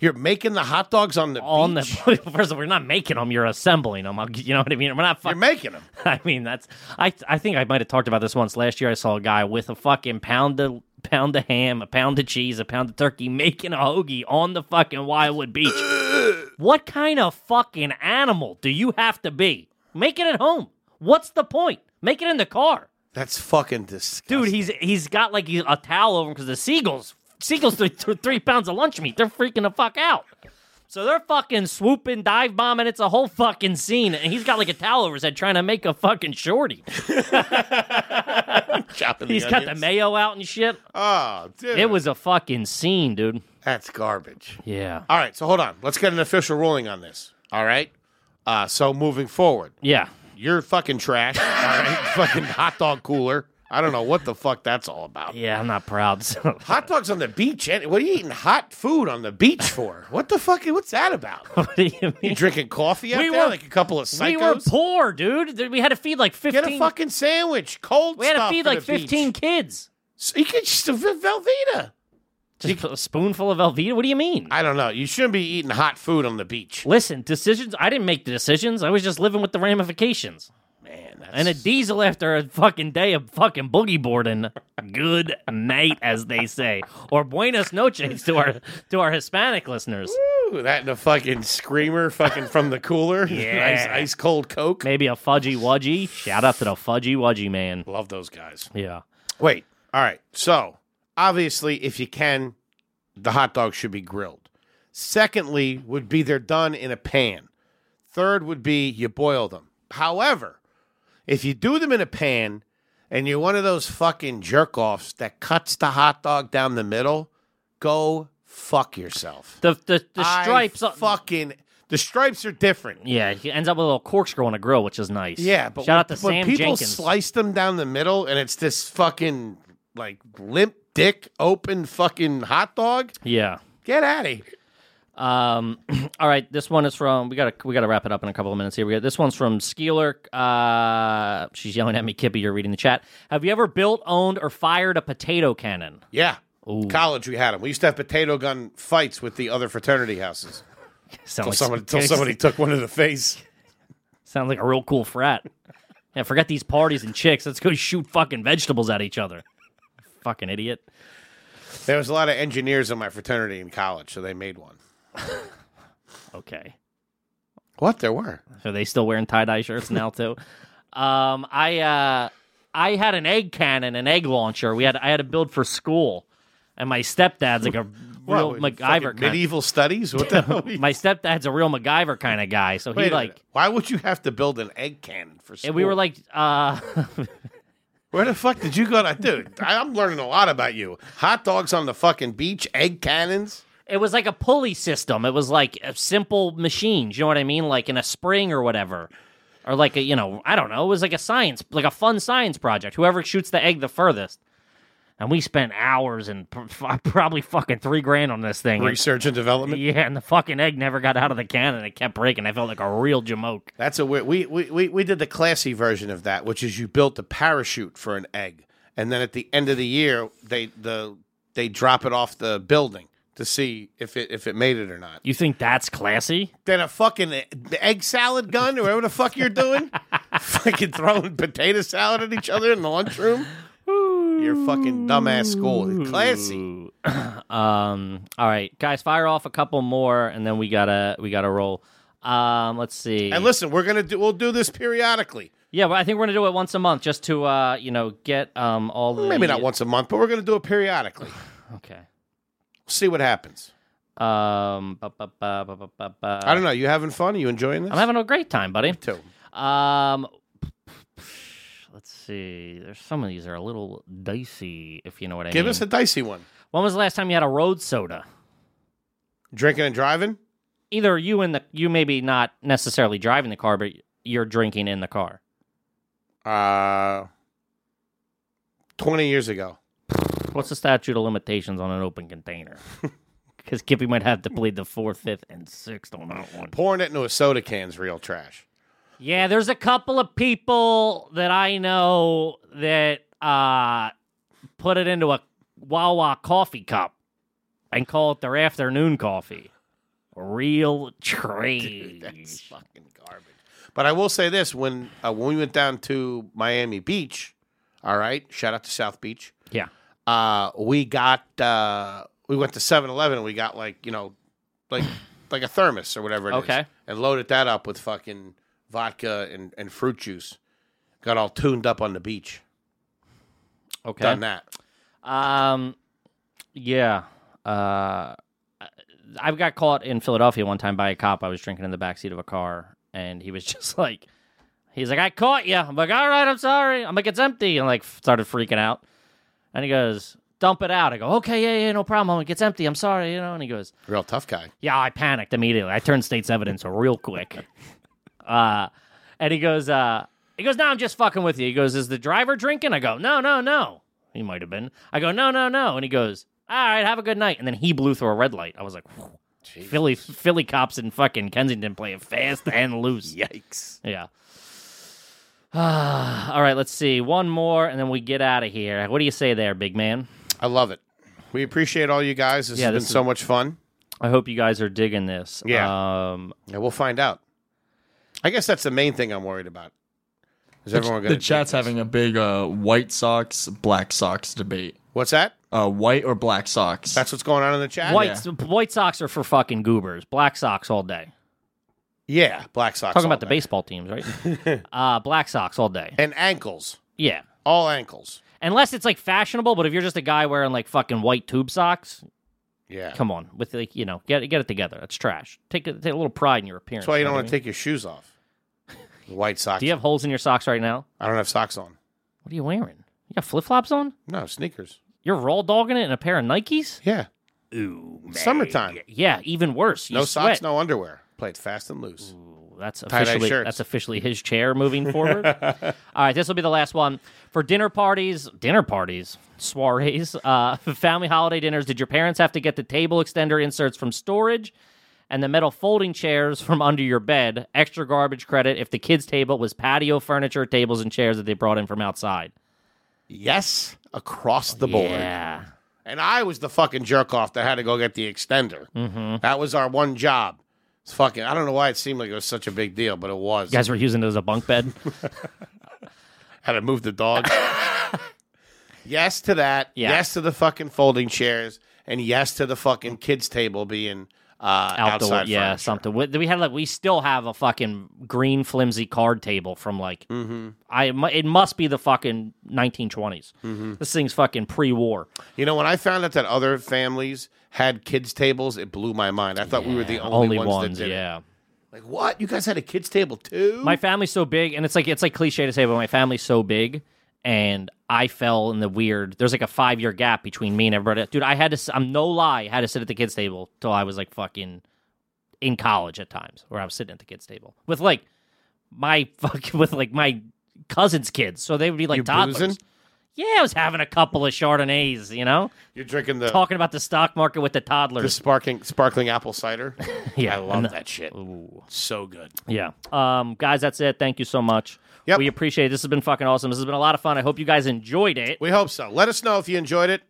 Speaker 1: You're making the hot dogs on the
Speaker 2: On the
Speaker 1: beach?
Speaker 2: first of all, we're not making them. You're assembling them. You know what I mean. We're not fucking.
Speaker 1: You're making them.
Speaker 2: I mean, that's I. I think I might have talked about this once last year. I saw a guy with a fucking pound of pound of ham, a pound of cheese, a pound of turkey, making a hoagie on the fucking Wildwood Beach. what kind of fucking animal do you have to be? Make it at home. What's the point? Make it in the car,
Speaker 1: That's fucking disgusting.
Speaker 2: dude. He's he's got like a towel over him because the seagulls seagulls threw th- three pounds of lunch meat. They're freaking the fuck out. So they're fucking swooping, dive bombing. It's a whole fucking scene, and he's got like a towel over his head trying to make a fucking shorty.
Speaker 1: chopping
Speaker 2: He's got the mayo out and shit.
Speaker 1: Oh, dude.
Speaker 2: It was a fucking scene, dude.
Speaker 1: that's garbage.
Speaker 2: Yeah.
Speaker 1: All right, so hold on. Let's get an official ruling on this. All right. Uh, so moving forward,
Speaker 2: Yeah.
Speaker 1: you're fucking trash. All right, fucking hot dog cooler. I don't know what the fuck that's all about.
Speaker 2: Yeah, I'm not proud. So
Speaker 1: Hot dogs on the beach. eh? What are you eating hot food on the beach for? What the fuck? What's that about?
Speaker 2: what do you
Speaker 1: You
Speaker 2: mean?
Speaker 1: drinking coffee out
Speaker 2: We
Speaker 1: there
Speaker 2: were-
Speaker 1: like a couple of
Speaker 2: We were
Speaker 1: psychos?
Speaker 2: poor, dude. Dude, We had to feed like 15
Speaker 1: Get a fucking sandwich, cold.
Speaker 2: We had to
Speaker 1: stuff
Speaker 2: feed
Speaker 1: for
Speaker 2: like
Speaker 1: the beach.
Speaker 2: 15 kids.
Speaker 1: So you could just a Vel- Velveeta.
Speaker 2: Just put a spoonful of Velveeta. What do you mean?
Speaker 1: I don't know. You shouldn't be eating hot food on the beach.
Speaker 2: Listen, decisions. I didn't make the decisions. I was just living with the ramifications.
Speaker 1: Man, that's
Speaker 2: And a diesel after a fucking day of fucking boogie boarding. Good night, as they say, or buenas noches to our to our Hispanic listeners.
Speaker 1: Ooh, that and a fucking screamer fucking from the cooler.
Speaker 2: Yeah.
Speaker 1: ice, ice cold Coke.
Speaker 2: Maybe a fudgy wudgy. Shout out to the fudgy wudgy man.
Speaker 1: Love those guys.
Speaker 2: Yeah.
Speaker 1: Wait. All right. So, obviously, if you can, the hot dogs should be grilled. Secondly, would be they're done in a pan. Third would be you boil them. However, if you do them in a pan and you're one of those fucking jerk offs that cuts the hot dog down the middle, go fuck yourself.
Speaker 2: The the, the
Speaker 1: I
Speaker 2: stripes.
Speaker 1: fucking The stripes are different.
Speaker 2: Yeah, he ends up with a little corkscrew on a grill, which is nice.
Speaker 1: Yeah, but
Speaker 2: shout
Speaker 1: when,
Speaker 2: out to
Speaker 1: when
Speaker 2: Sam
Speaker 1: people
Speaker 2: Jenkins.
Speaker 1: slice them down the middle, and it's this fucking like limp dick open fucking hot dog.
Speaker 2: yeah.
Speaker 1: Get out of here.
Speaker 2: Um, all right, this one is from we gotta we gotta wrap it up in a couple of minutes here. We got this one's from Skeeler. Uh, she's yelling at me, Kippy. You're reading the chat. Have you ever built, owned, or fired a potato cannon?
Speaker 1: Yeah. College, we had them. We used to have potato gun fights with the other fraternity houses.
Speaker 2: Sounds
Speaker 1: Till somebody, till somebody took one in the face.
Speaker 2: sounds like a real cool frat. Yeah, forget these parties and chicks. Let's go shoot fucking vegetables at each other. fucking idiot.
Speaker 1: There was a lot of engineers in my fraternity in college, so they made one.
Speaker 2: Okay.
Speaker 1: What? There were.
Speaker 2: Are they still wearing tie dye shirts now too? Um, I uh, I had an egg cannon, an egg launcher. We had I had to build for school, and my stepdad's like a real
Speaker 1: What,
Speaker 2: MacGyver.
Speaker 1: fucking
Speaker 2: Kind
Speaker 1: medieval studies? What the hell?
Speaker 2: my stepdad's a real MacGyver kind of guy, so
Speaker 1: Wait
Speaker 2: he
Speaker 1: a
Speaker 2: like.
Speaker 1: minute. why would you have to build an egg cannon for school?
Speaker 2: And we were like, uh,
Speaker 1: where the fuck did you go to, dude? I- I'm learning a lot about you. Hot dogs on the fucking beach, egg cannons.
Speaker 2: it was like a pulley system. It was like a simple machines. You know what I mean? Like in a spring or whatever, or like a you know, I don't know. It was like a science, like a fun science project. Whoever shoots the egg the furthest. And we spent hours and pr- f- probably fucking three grand on this thing. And-
Speaker 1: Research and development.
Speaker 2: Yeah, and the fucking egg never got out of the cannon. It kept breaking. I felt like a real jamoke.
Speaker 1: That's a weird. We, we we we did the classy version of that, which is you built a parachute for an egg, and then at the end of the year, they the they drop it off the building to see if it if it made it or not.
Speaker 2: You think that's classy?
Speaker 1: Then a fucking e- egg salad gun or whatever the fuck you're doing, fucking throwing potato salad at each other in the lunchroom. Your fucking dumbass school, classy.
Speaker 2: Um. All right, guys, fire off a couple more, and then we gotta we gotta roll. Um. Let's see.
Speaker 1: And listen, we're gonna do we'll do this periodically.
Speaker 2: yeah, but I think we're gonna do it once a month, just to uh, you know, get um all the
Speaker 1: Maybe not once a month, but we're gonna do it periodically.
Speaker 2: Okay.
Speaker 1: See what happens.
Speaker 2: Um. Ba, ba, ba, ba, ba, ba, ba.
Speaker 1: I don't know. You having fun? you enjoying this?
Speaker 2: I'm having a great time, buddy.
Speaker 1: too.
Speaker 2: Um, let's see. There's some of these are a little dicey, if you know what I
Speaker 1: Give
Speaker 2: mean.
Speaker 1: us a dicey one.
Speaker 2: when was the last time you had a road soda?
Speaker 1: Drinking and driving?
Speaker 2: Either you in the you maybe not necessarily driving the car, but you're drinking in the car.
Speaker 1: Uh, 20 years ago.
Speaker 2: What's the statute of limitations on an open container? Because Kippy might have to plead the fourth, fifth, and sixth on that one.
Speaker 1: Pouring it into a soda can's real trash.
Speaker 2: Yeah, there's a couple of people that I know that uh, put it into a Wawa coffee cup and call it their afternoon coffee. Real trash.
Speaker 1: Fucking garbage. But I will say this when, uh, when we went down to Miami Beach, all right, shout out to South Beach,
Speaker 2: Yeah.
Speaker 1: uh, we got, uh, we went to 7 Eleven and we got like, you know, like, like a thermos or whatever it is,
Speaker 2: Okay.
Speaker 1: And loaded that up with fucking vodka and, and fruit juice. Got all tuned up on the beach.
Speaker 2: Okay.
Speaker 1: Done that.
Speaker 2: Um, yeah. Uh, I've got caught in Philadelphia one time by a cop. I was drinking in the backseat of a car, and he was just like, he's like, I caught you. I'm like, all right, I'm sorry. I'm like, it's empty. And like, started freaking out. And he goes, dump it out. I go, okay, yeah, yeah, no problem. I'm like, it's empty. I'm sorry, you know. And he goes,
Speaker 1: Real tough guy.
Speaker 2: yeah, I panicked immediately. I turned state's evidence real quick. Uh, and he goes, uh, he goes, no, I'm just fucking with you. He goes, is the driver drinking? I go, no, no, no. He might have been. I go, no, no, no. And he goes, all right, have a good night. And then he blew through a red light. I was like, whew. Philly, Philly cops in fucking Kensington playing fast and loose.
Speaker 1: Yikes.
Speaker 2: Yeah. all right, let's see. One more, and then we get out of here. What do you say there, big man?
Speaker 1: I love it. We appreciate all you guys. This
Speaker 2: Yeah,
Speaker 1: has
Speaker 2: this
Speaker 1: been
Speaker 2: is-
Speaker 1: so much fun.
Speaker 2: I hope you guys are digging this.
Speaker 1: Yeah.
Speaker 2: Um,
Speaker 1: Yeah, we'll find out. I guess that's the main thing I'm worried about. Is everyone
Speaker 5: the
Speaker 1: going to
Speaker 5: chat's having a big uh, White Sox Black Sox debate.
Speaker 1: What's that?
Speaker 5: Uh, white or black socks?
Speaker 1: That's what's going on in the chat.
Speaker 2: White White Sox are for fucking goobers. Black Sox all day.
Speaker 1: Yeah, Black Sox.
Speaker 2: Talking
Speaker 1: all
Speaker 2: about the
Speaker 1: day.
Speaker 2: baseball teams, right? uh, Black Sox all day.
Speaker 1: and ankles,
Speaker 2: Yeah.
Speaker 1: all ankles.
Speaker 2: Unless it's like fashionable, but if you're just a guy wearing like fucking white tube socks,
Speaker 1: Yeah,
Speaker 2: come on, with like you know, get get it together. That's trash. Take a, take a little pride in your appearance.
Speaker 1: that's why you don't
Speaker 2: know what
Speaker 1: want
Speaker 2: I
Speaker 1: to
Speaker 2: mean?
Speaker 1: take your shoes off. White socks.
Speaker 2: Do you have holes in your socks right now?
Speaker 1: I don't have socks on.
Speaker 2: What are you wearing? You got flip flops on?
Speaker 1: No sneakers.
Speaker 2: You're raw dogging it in a pair of Nikes?
Speaker 1: Yeah. Ooh. Summertime.
Speaker 2: Yeah, even worse. You
Speaker 1: No
Speaker 2: sweat.
Speaker 1: socks, no underwear. Play it fast and loose.
Speaker 2: That's
Speaker 1: dye
Speaker 2: officially
Speaker 1: shirts.
Speaker 2: that's officially his chair moving forward. All right, this will be the last one for dinner parties. Dinner parties, soirees, uh, family holiday dinners. Did your parents have to get the table extender inserts from storage and the metal folding chairs from under your bed? Extra garbage credit if the kids' table was patio furniture, tables and chairs that they brought in from outside.
Speaker 1: Yes, across the board.
Speaker 2: Yeah,
Speaker 1: And I was the fucking jerk off that had to go get the extender.
Speaker 2: Mm-hmm.
Speaker 1: That was our one job. It's fucking. I don't know why it seemed like it was such a big deal, but it was.
Speaker 2: you guys were using it as a bunk bed.
Speaker 1: Had to move the dog. yes to that.
Speaker 2: Yeah.
Speaker 1: Yes to the fucking folding chairs, and yes to the fucking kids table being uh,
Speaker 2: outdoor,
Speaker 1: outside.
Speaker 2: yeah,
Speaker 1: furniture.
Speaker 2: something. We, we had like we still have a fucking green flimsy card table from like
Speaker 1: Mm-hmm.
Speaker 2: I mu- it must be the fucking 1920s.
Speaker 1: Mm-hmm.
Speaker 2: This thing's fucking pre-war.
Speaker 1: You know, when I found out that other families had kids tables, it blew my mind. I thought we were the only, ones, that did. it.
Speaker 2: yeah.
Speaker 1: Like what? You guys had a kids table too?
Speaker 2: My family's so big, and it's like it's like cliche to say, but my family's so big, and I fell in the weird. There's like a five year gap between me and everybody. Dude, I had to. s- I'm no lie, had to sit at the kids table till I was like fucking in college at times, where I was sitting at the kids table with like my fucking with like my cousins' kids, so they would be like
Speaker 1: You
Speaker 2: toddlers.
Speaker 1: boozing?
Speaker 2: Yeah, I was having a couple of Chardonnays, you know,
Speaker 1: You're drinking the
Speaker 2: talking about the stock market with the
Speaker 1: the
Speaker 2: toddlers.
Speaker 1: sparkling sparkling apple cider.
Speaker 2: yeah,
Speaker 1: I love
Speaker 2: and-
Speaker 1: that shit. So good.
Speaker 2: Yeah. Um, guys, that's it. Thank you so much.
Speaker 1: Yep.
Speaker 2: We appreciate it. This has been fucking awesome. This has been a lot of fun. I hope you guys enjoyed it.
Speaker 1: We hope so. Let us know if you enjoyed it.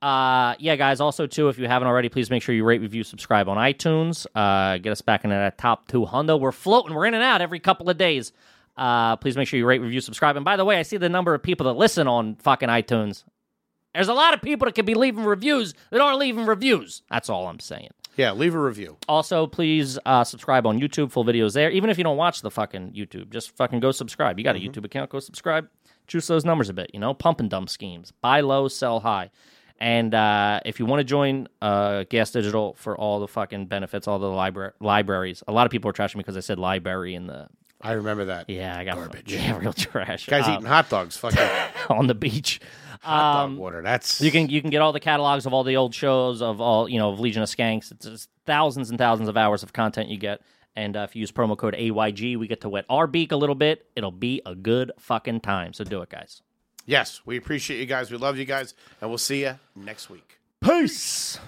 Speaker 2: Uh, yeah, guys, also, too, if you haven't already, please make sure you rate, review, subscribe on iTunes. Uh, get us back into that top 200. We're floating. We're in and out every couple of days. Uh, please make sure you rate, review, subscribe. And by the way, I see the number of people that listen on fucking iTunes. There's a lot of people that could be leaving reviews that aren't leaving reviews. That's all I'm saying.
Speaker 1: Yeah, leave a review.
Speaker 2: Also, please uh, subscribe on YouTube. Full videos there. Even if you don't watch the fucking YouTube, just fucking go subscribe. You got a YouTube account, go subscribe. Juice those numbers a bit, you know. Pump and dump schemes. Buy low, sell high. And uh, if you want to join uh, Gas Digital for all the fucking benefits, all the libra- libraries. A lot of people are trashing me because I said library in the.
Speaker 1: I remember that.
Speaker 2: Yeah, I got Yeah, real trash.
Speaker 1: Guys
Speaker 2: Uh,
Speaker 1: eating hot dogs, fucking
Speaker 2: on the beach.
Speaker 1: hot dog water. That's
Speaker 2: um, You can you can get all the catalogs of all the old shows of all you know of Legion of Skanks. It's, it's thousands and thousands of hours of content you get. And uh, if you use promo code AYG, we get to wet our beak a little bit. It'll be a good fucking time. So do it, guys.
Speaker 1: Yes, we appreciate you guys. We love you guys, and we'll see you next week.
Speaker 2: Peace.